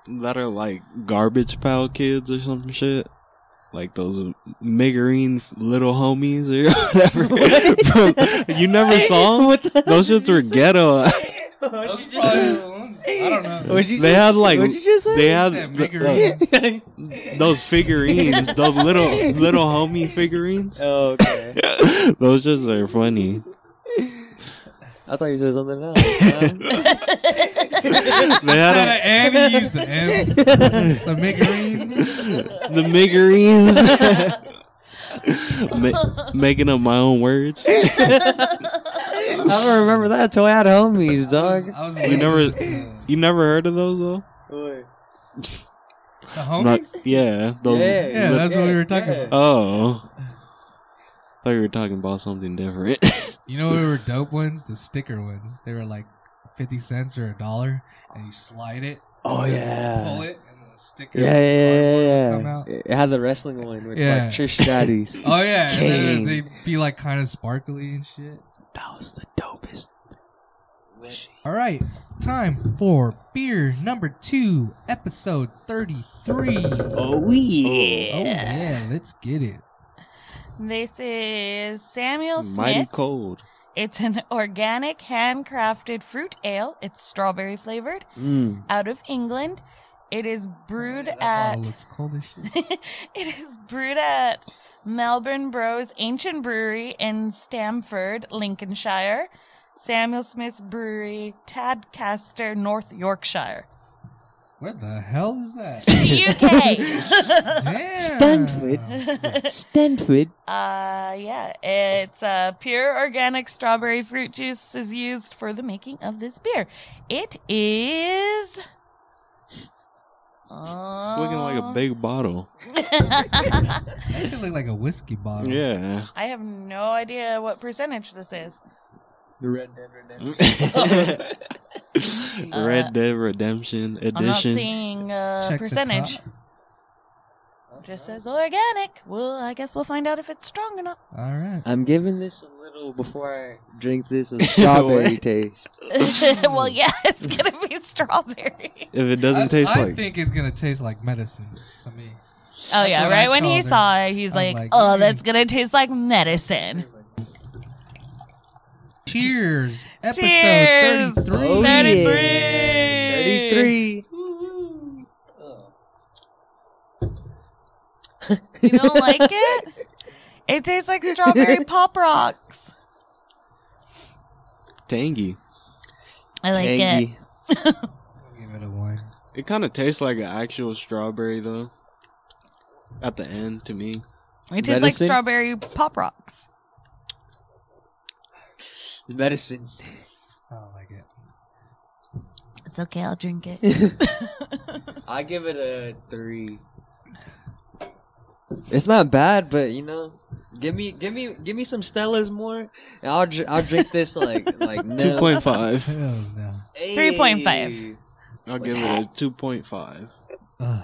[SPEAKER 5] some that are like garbage pile kids or some shit? Like those miggering little homies or whatever. Bro, you never saw 'em? Those shits were ghetto.
[SPEAKER 2] Those probably the ones. I don't know.
[SPEAKER 3] What'd you
[SPEAKER 5] they
[SPEAKER 3] just-
[SPEAKER 5] had like
[SPEAKER 3] what'd you just say?
[SPEAKER 5] they had
[SPEAKER 2] Said
[SPEAKER 5] th-
[SPEAKER 2] miggering.
[SPEAKER 5] uh, those figurines, those little little homie figurines.
[SPEAKER 3] Oh, okay.
[SPEAKER 5] those just are funny.
[SPEAKER 3] I thought you said something else.
[SPEAKER 5] They
[SPEAKER 2] Instead
[SPEAKER 5] had
[SPEAKER 2] of Annie, used the M. the migarines.
[SPEAKER 5] a- the miggerines. Ma- making up my own words.
[SPEAKER 3] I don't remember that. So I had homies, dog.
[SPEAKER 2] I was uh,
[SPEAKER 5] You
[SPEAKER 2] listening
[SPEAKER 5] never,
[SPEAKER 2] to
[SPEAKER 5] you never heard of those though?
[SPEAKER 2] the homies.
[SPEAKER 5] Not, yeah, those.
[SPEAKER 3] Yeah.
[SPEAKER 2] yeah,
[SPEAKER 5] the-
[SPEAKER 2] that's what we were talking
[SPEAKER 3] yeah.
[SPEAKER 2] about.
[SPEAKER 5] oh, thought you were talking about something different.
[SPEAKER 2] You know, we were dope ones. The sticker ones. They were like fifty cents or a dollar, and you slide it.
[SPEAKER 3] Oh
[SPEAKER 2] and then Pull
[SPEAKER 3] yeah.
[SPEAKER 2] it, and the sticker.
[SPEAKER 3] Yeah, yeah, yeah, yeah,
[SPEAKER 2] Come
[SPEAKER 3] yeah.
[SPEAKER 2] out.
[SPEAKER 3] It had the wrestling one with
[SPEAKER 2] Yeah.
[SPEAKER 3] like Trish Stratus.
[SPEAKER 2] Oh yeah, and then
[SPEAKER 3] King.
[SPEAKER 2] they'd be like kind of sparkly and shit.
[SPEAKER 3] that was the dopest.
[SPEAKER 2] All right, time for beer number two, episode thirty-three.
[SPEAKER 3] Oh yeah.
[SPEAKER 2] Oh yeah, let's get it.
[SPEAKER 4] This is Samuel Smith.
[SPEAKER 5] Mighty cold.
[SPEAKER 4] It's an organic, handcrafted fruit ale. It's strawberry flavored,
[SPEAKER 3] Mm.
[SPEAKER 4] out of England. It is brewed
[SPEAKER 2] That bottle
[SPEAKER 4] at
[SPEAKER 2] looks cold as shit.
[SPEAKER 4] it is brewed at Melbourne Bros Ancient Brewery in Stamford, Lincolnshire. Samuel Smith's Brewery, Tadcaster, North Yorkshire,
[SPEAKER 2] Where the hell is that?
[SPEAKER 4] UK.
[SPEAKER 2] Damn.
[SPEAKER 3] Stanford. Stanford.
[SPEAKER 4] uh, yeah, it's uh, pure organic strawberry fruit juice is used for the making of this beer. It is.
[SPEAKER 5] It's looking like a
[SPEAKER 4] Uh,
[SPEAKER 5] big bottle.
[SPEAKER 2] That should look like a whiskey bottle.
[SPEAKER 5] Yeah.
[SPEAKER 4] I have no idea what percentage this is.
[SPEAKER 3] The Red Dead Redemption.
[SPEAKER 5] Red Dead Redemption
[SPEAKER 4] Uh, I'm not
[SPEAKER 5] Edition.
[SPEAKER 4] seeing a
[SPEAKER 2] Check the
[SPEAKER 4] percentage.
[SPEAKER 2] top.
[SPEAKER 4] It Just says organic. Well, I guess we'll find out if it's strong or not.
[SPEAKER 2] All right.
[SPEAKER 3] I'm giving this a little before I drink this a strawberry taste.
[SPEAKER 4] well, yeah, it's gonna be strawberry.
[SPEAKER 5] If it doesn't
[SPEAKER 2] I,
[SPEAKER 5] taste
[SPEAKER 2] I
[SPEAKER 5] like,
[SPEAKER 2] think it's gonna taste like medicine to me.
[SPEAKER 4] Oh yeah,
[SPEAKER 2] what I
[SPEAKER 4] right when he
[SPEAKER 2] told her.
[SPEAKER 4] saw it, he's
[SPEAKER 2] I was
[SPEAKER 4] like,
[SPEAKER 2] like,
[SPEAKER 4] "Oh,
[SPEAKER 2] mm.
[SPEAKER 4] that's gonna taste like medicine."
[SPEAKER 2] Cheers. Episode
[SPEAKER 4] Cheers.
[SPEAKER 2] 33.
[SPEAKER 3] Oh, yeah.
[SPEAKER 4] 33.
[SPEAKER 3] 33.
[SPEAKER 4] You don't like it? It tastes like strawberry pop rocks.
[SPEAKER 5] tangy.
[SPEAKER 4] I like
[SPEAKER 3] Tangy.
[SPEAKER 2] Give it a one.
[SPEAKER 5] It kind of tastes like an actual strawberry though. At the end, to me,
[SPEAKER 4] it. It tastes like
[SPEAKER 3] Medicine?
[SPEAKER 4] strawberry pop rocks.
[SPEAKER 3] Medicine.
[SPEAKER 2] I don't like it.
[SPEAKER 4] It's okay, I'll drink it.
[SPEAKER 3] I give it a three. It's not bad, but you know, give me, give me, give me some Stella's more, and I'll, dr- I'll drink this like, like no.
[SPEAKER 5] two point five.
[SPEAKER 2] Hell no.
[SPEAKER 4] 3.5.
[SPEAKER 3] Hey.
[SPEAKER 5] I'll give it a two point five.
[SPEAKER 2] Ugh.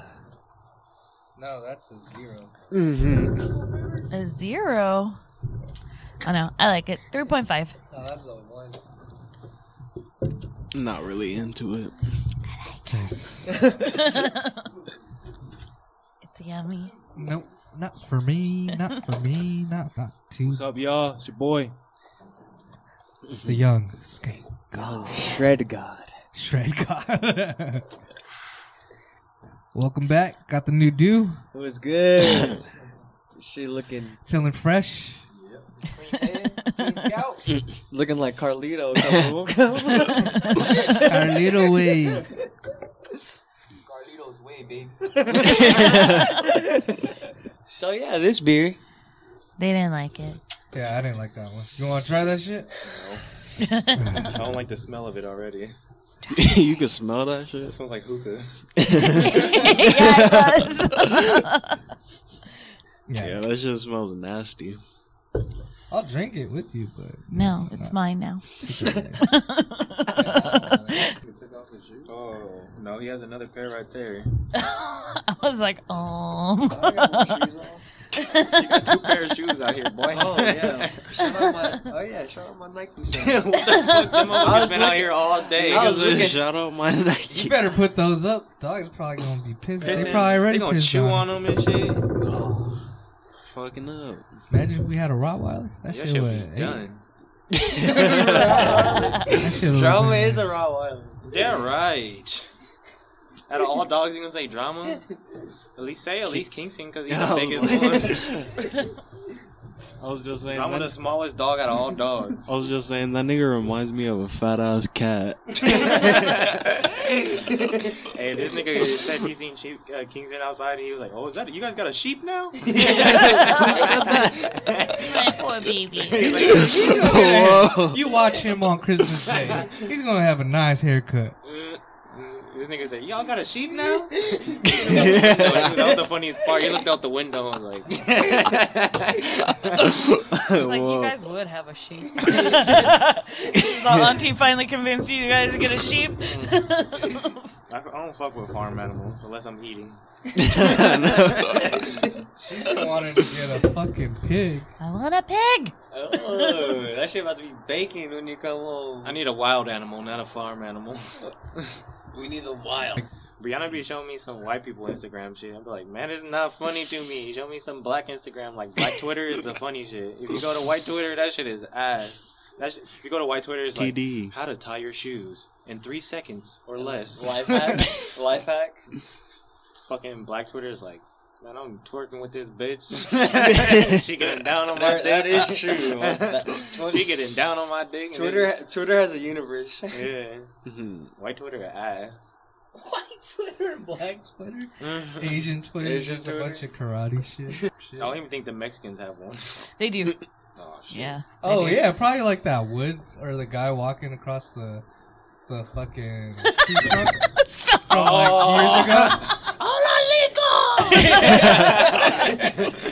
[SPEAKER 2] No, that's a zero.
[SPEAKER 5] Mm-hmm.
[SPEAKER 4] A zero. Oh no, I like it. Three point five.
[SPEAKER 2] No, that's a one.
[SPEAKER 5] Not really into it.
[SPEAKER 4] It's yummy.
[SPEAKER 2] Nope. not for me, not for me, not not too
[SPEAKER 5] What's up, y'all? It's your boy.
[SPEAKER 2] the young skate
[SPEAKER 3] God, Oh, shred God.
[SPEAKER 2] shred god. Welcome back. Got the new do.
[SPEAKER 3] It was good. she looking
[SPEAKER 2] Feeling fresh.
[SPEAKER 3] looking like Carlito. coming-
[SPEAKER 2] Our little way.
[SPEAKER 6] Carlito's way, baby.
[SPEAKER 3] so yeah, this beer.
[SPEAKER 4] They didn't like it.
[SPEAKER 2] Yeah, I didn't like that one. You want to try that shit?
[SPEAKER 6] I don't like the smell of it already.
[SPEAKER 5] you can smell that
[SPEAKER 6] It
[SPEAKER 5] shit.
[SPEAKER 6] smells like hookah.
[SPEAKER 4] yeah, it was.
[SPEAKER 5] Yeah, that shit smells nasty.
[SPEAKER 2] I'll drink it with you, but
[SPEAKER 4] No, it's mine now.
[SPEAKER 6] Oh no, he has another pair right there.
[SPEAKER 4] I was like, oh.
[SPEAKER 6] You got two pair of shoes out here, boy. Oh yeah.
[SPEAKER 7] oh yeah, shout out my Nike. Show.
[SPEAKER 6] I've been out here all day.
[SPEAKER 5] I was looking. Shout out my
[SPEAKER 2] you
[SPEAKER 5] Nike.
[SPEAKER 2] better put those up. The dog's probably gonna be pissed. They
[SPEAKER 6] Pissing.
[SPEAKER 2] probably already
[SPEAKER 6] They gonna
[SPEAKER 2] pissed
[SPEAKER 6] chew
[SPEAKER 2] on.
[SPEAKER 6] on them and shit.
[SPEAKER 5] Fucking up.
[SPEAKER 2] Imagine if we had a Rottweiler. That
[SPEAKER 6] That
[SPEAKER 2] shit
[SPEAKER 6] shit
[SPEAKER 2] would
[SPEAKER 6] be done.
[SPEAKER 2] That shit would.
[SPEAKER 3] Drama is a Rottweiler.
[SPEAKER 6] Yeah, right. Out of all dogs, you gonna say drama? At least say at least Kingston because he's the biggest one.
[SPEAKER 5] I was just saying.
[SPEAKER 6] Drama the
[SPEAKER 5] that-
[SPEAKER 6] smallest dog out of all dogs.
[SPEAKER 5] I was just saying that nigga reminds me of a fat ass cat.
[SPEAKER 6] Hey, this nigga said he seen sheep, uh, Kingston outside and he was like, "Oh, is that you guys got a sheep now?"
[SPEAKER 4] My poor baby.
[SPEAKER 6] He's like, "Mm,
[SPEAKER 2] He's gonna get a- You watch him on Christmas Day. He's gonna have a nice haircut.
[SPEAKER 6] Mm, mm. This nigga said, "Y'all got a sheep now?" that was the funniest part. He looked out the window and was like,
[SPEAKER 4] Like,
[SPEAKER 5] Whoa.
[SPEAKER 4] you guys would have a sheep. so auntie finally convinced you guys to get a sheep. Mm.
[SPEAKER 6] "I I don't fuck with farm animals unless I'm eating."
[SPEAKER 2] She's been wanting to get a fucking pig.
[SPEAKER 4] I want a pig.
[SPEAKER 3] Oh, that shit about to be baking when you come home.
[SPEAKER 6] I need a wild animal, not a farm animal.
[SPEAKER 3] We need a wild.
[SPEAKER 6] Brianna be showing me some white people Instagram shit. I'm like, man, it's not funny to me. Show me some black Instagram. Like, black Twitter is the funny shit. If you go to white Twitter, that shit is ass. That shit, if you go to white Twitter, it's like,
[SPEAKER 5] TD.
[SPEAKER 6] how to tie your shoes in three seconds or less.
[SPEAKER 3] Life hack. Life hack.
[SPEAKER 6] Fucking black Twitter is like, man, I'm twerking with this bitch. she getting down on my
[SPEAKER 3] There-
[SPEAKER 6] dick.
[SPEAKER 3] that is true.
[SPEAKER 6] she getting down on my dick. and
[SPEAKER 3] Twitter. Mm-hmm. Twitter has a universe.
[SPEAKER 6] it's- Yeah.
[SPEAKER 5] Mhm.
[SPEAKER 6] White Twitter, ass.
[SPEAKER 3] White Twitter.
[SPEAKER 2] Black Twitter,
[SPEAKER 6] I
[SPEAKER 2] Asian Twitter,
[SPEAKER 3] Asian
[SPEAKER 2] just
[SPEAKER 3] Twitter.
[SPEAKER 2] a bunch of karate shit. Shit.
[SPEAKER 6] don't even think the Mexicans have one.
[SPEAKER 4] They do.
[SPEAKER 6] Oh, shit.
[SPEAKER 4] Yeah.
[SPEAKER 2] Oh yeah, probably like that wood or the guy walking across the the fucking from
[SPEAKER 6] Oh.
[SPEAKER 2] like years ago.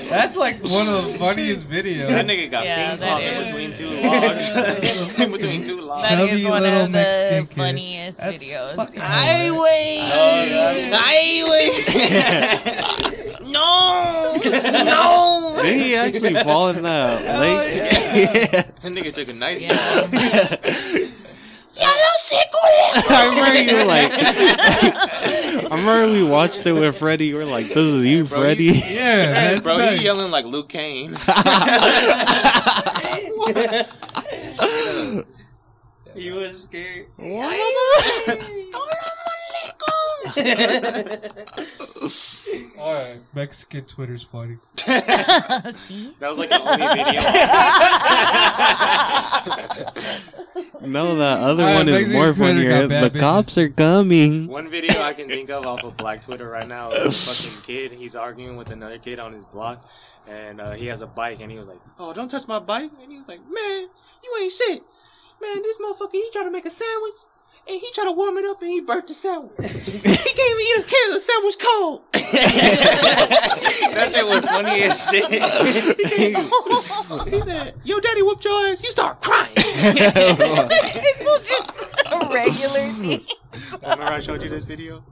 [SPEAKER 2] That's like one of the funniest
[SPEAKER 6] That
[SPEAKER 2] videos.
[SPEAKER 6] nigga got
[SPEAKER 4] Yeah,
[SPEAKER 6] ping
[SPEAKER 4] that
[SPEAKER 6] pong in
[SPEAKER 4] is-
[SPEAKER 6] between two logs. in between two logs.
[SPEAKER 4] That is
[SPEAKER 2] Chubby
[SPEAKER 4] one
[SPEAKER 2] little
[SPEAKER 4] of the
[SPEAKER 2] Mexican kid.
[SPEAKER 4] funniest
[SPEAKER 2] That's
[SPEAKER 4] videos.
[SPEAKER 2] fucking
[SPEAKER 4] Yeah.
[SPEAKER 2] hilarious.
[SPEAKER 5] Did he actually fall in that lake? Oh, Yeah.
[SPEAKER 6] That nigga took a nice
[SPEAKER 4] Yeah.
[SPEAKER 6] yeah.
[SPEAKER 5] I remember you were like, I remember we watched it with Freddy. We are like, this is you,
[SPEAKER 6] Bro,
[SPEAKER 5] Freddy.
[SPEAKER 6] you-
[SPEAKER 2] Yeah, that's
[SPEAKER 6] Bro,
[SPEAKER 2] nice.
[SPEAKER 6] he um, yelling like Luke Kane.
[SPEAKER 3] He was scared.
[SPEAKER 2] All right, Mexican Twitter's funny.
[SPEAKER 4] See?
[SPEAKER 6] That was like the only video.
[SPEAKER 5] No, that other
[SPEAKER 2] Alright,
[SPEAKER 5] one is
[SPEAKER 2] Mexican
[SPEAKER 5] more
[SPEAKER 2] Twitter
[SPEAKER 5] funnier.
[SPEAKER 2] got
[SPEAKER 5] The
[SPEAKER 2] bad
[SPEAKER 5] cops are coming.
[SPEAKER 6] One video I can think of off of Black Twitter right now is a fucking kid. He's arguing with another kid on his block, and uh, he has a bike, and he was like, "Oh, don't touch my bike!" And he was like, "Man, you ain't shit, man. This motherfucker, he tried to make a sandwich." And he tried to warm it up and he burnt the sandwich. he can't even eat his kid the sandwich cold. that shit was funny as shit. "Oh." he said, Yo, daddy whooped your ass. You start crying.
[SPEAKER 4] it's just a regular thing.
[SPEAKER 6] Remember I showed you this video?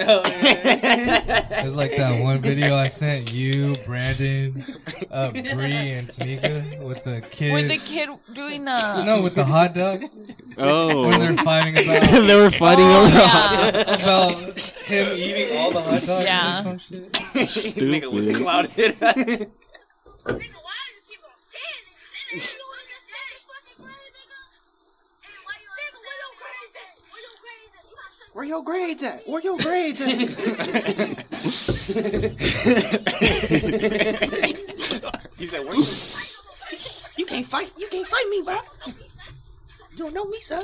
[SPEAKER 2] It's like that one video I sent you, Brandon, uh, Bree, and Tanika with the kid.
[SPEAKER 4] With the kid doing the
[SPEAKER 2] no, with the hot dog. when they're
[SPEAKER 5] Oh,
[SPEAKER 2] fighting about,
[SPEAKER 5] they were fighting over
[SPEAKER 8] Oh, yeah.
[SPEAKER 2] about him eating all the hot dogs
[SPEAKER 8] Yeah.
[SPEAKER 2] or some shit.
[SPEAKER 6] Nigga was
[SPEAKER 5] Stupid.
[SPEAKER 6] clouded.
[SPEAKER 9] Nigga, why you keep on saying it? Nigga, you understand it fucking money, nigga? Nigga, why you understand where your grades at? Where your grades at? You gotta shut
[SPEAKER 10] Where your grades at? Where your grades at?
[SPEAKER 6] he said, "What?" you-"
[SPEAKER 10] you can't fight. You can't fight me, bro. You don't know me, son.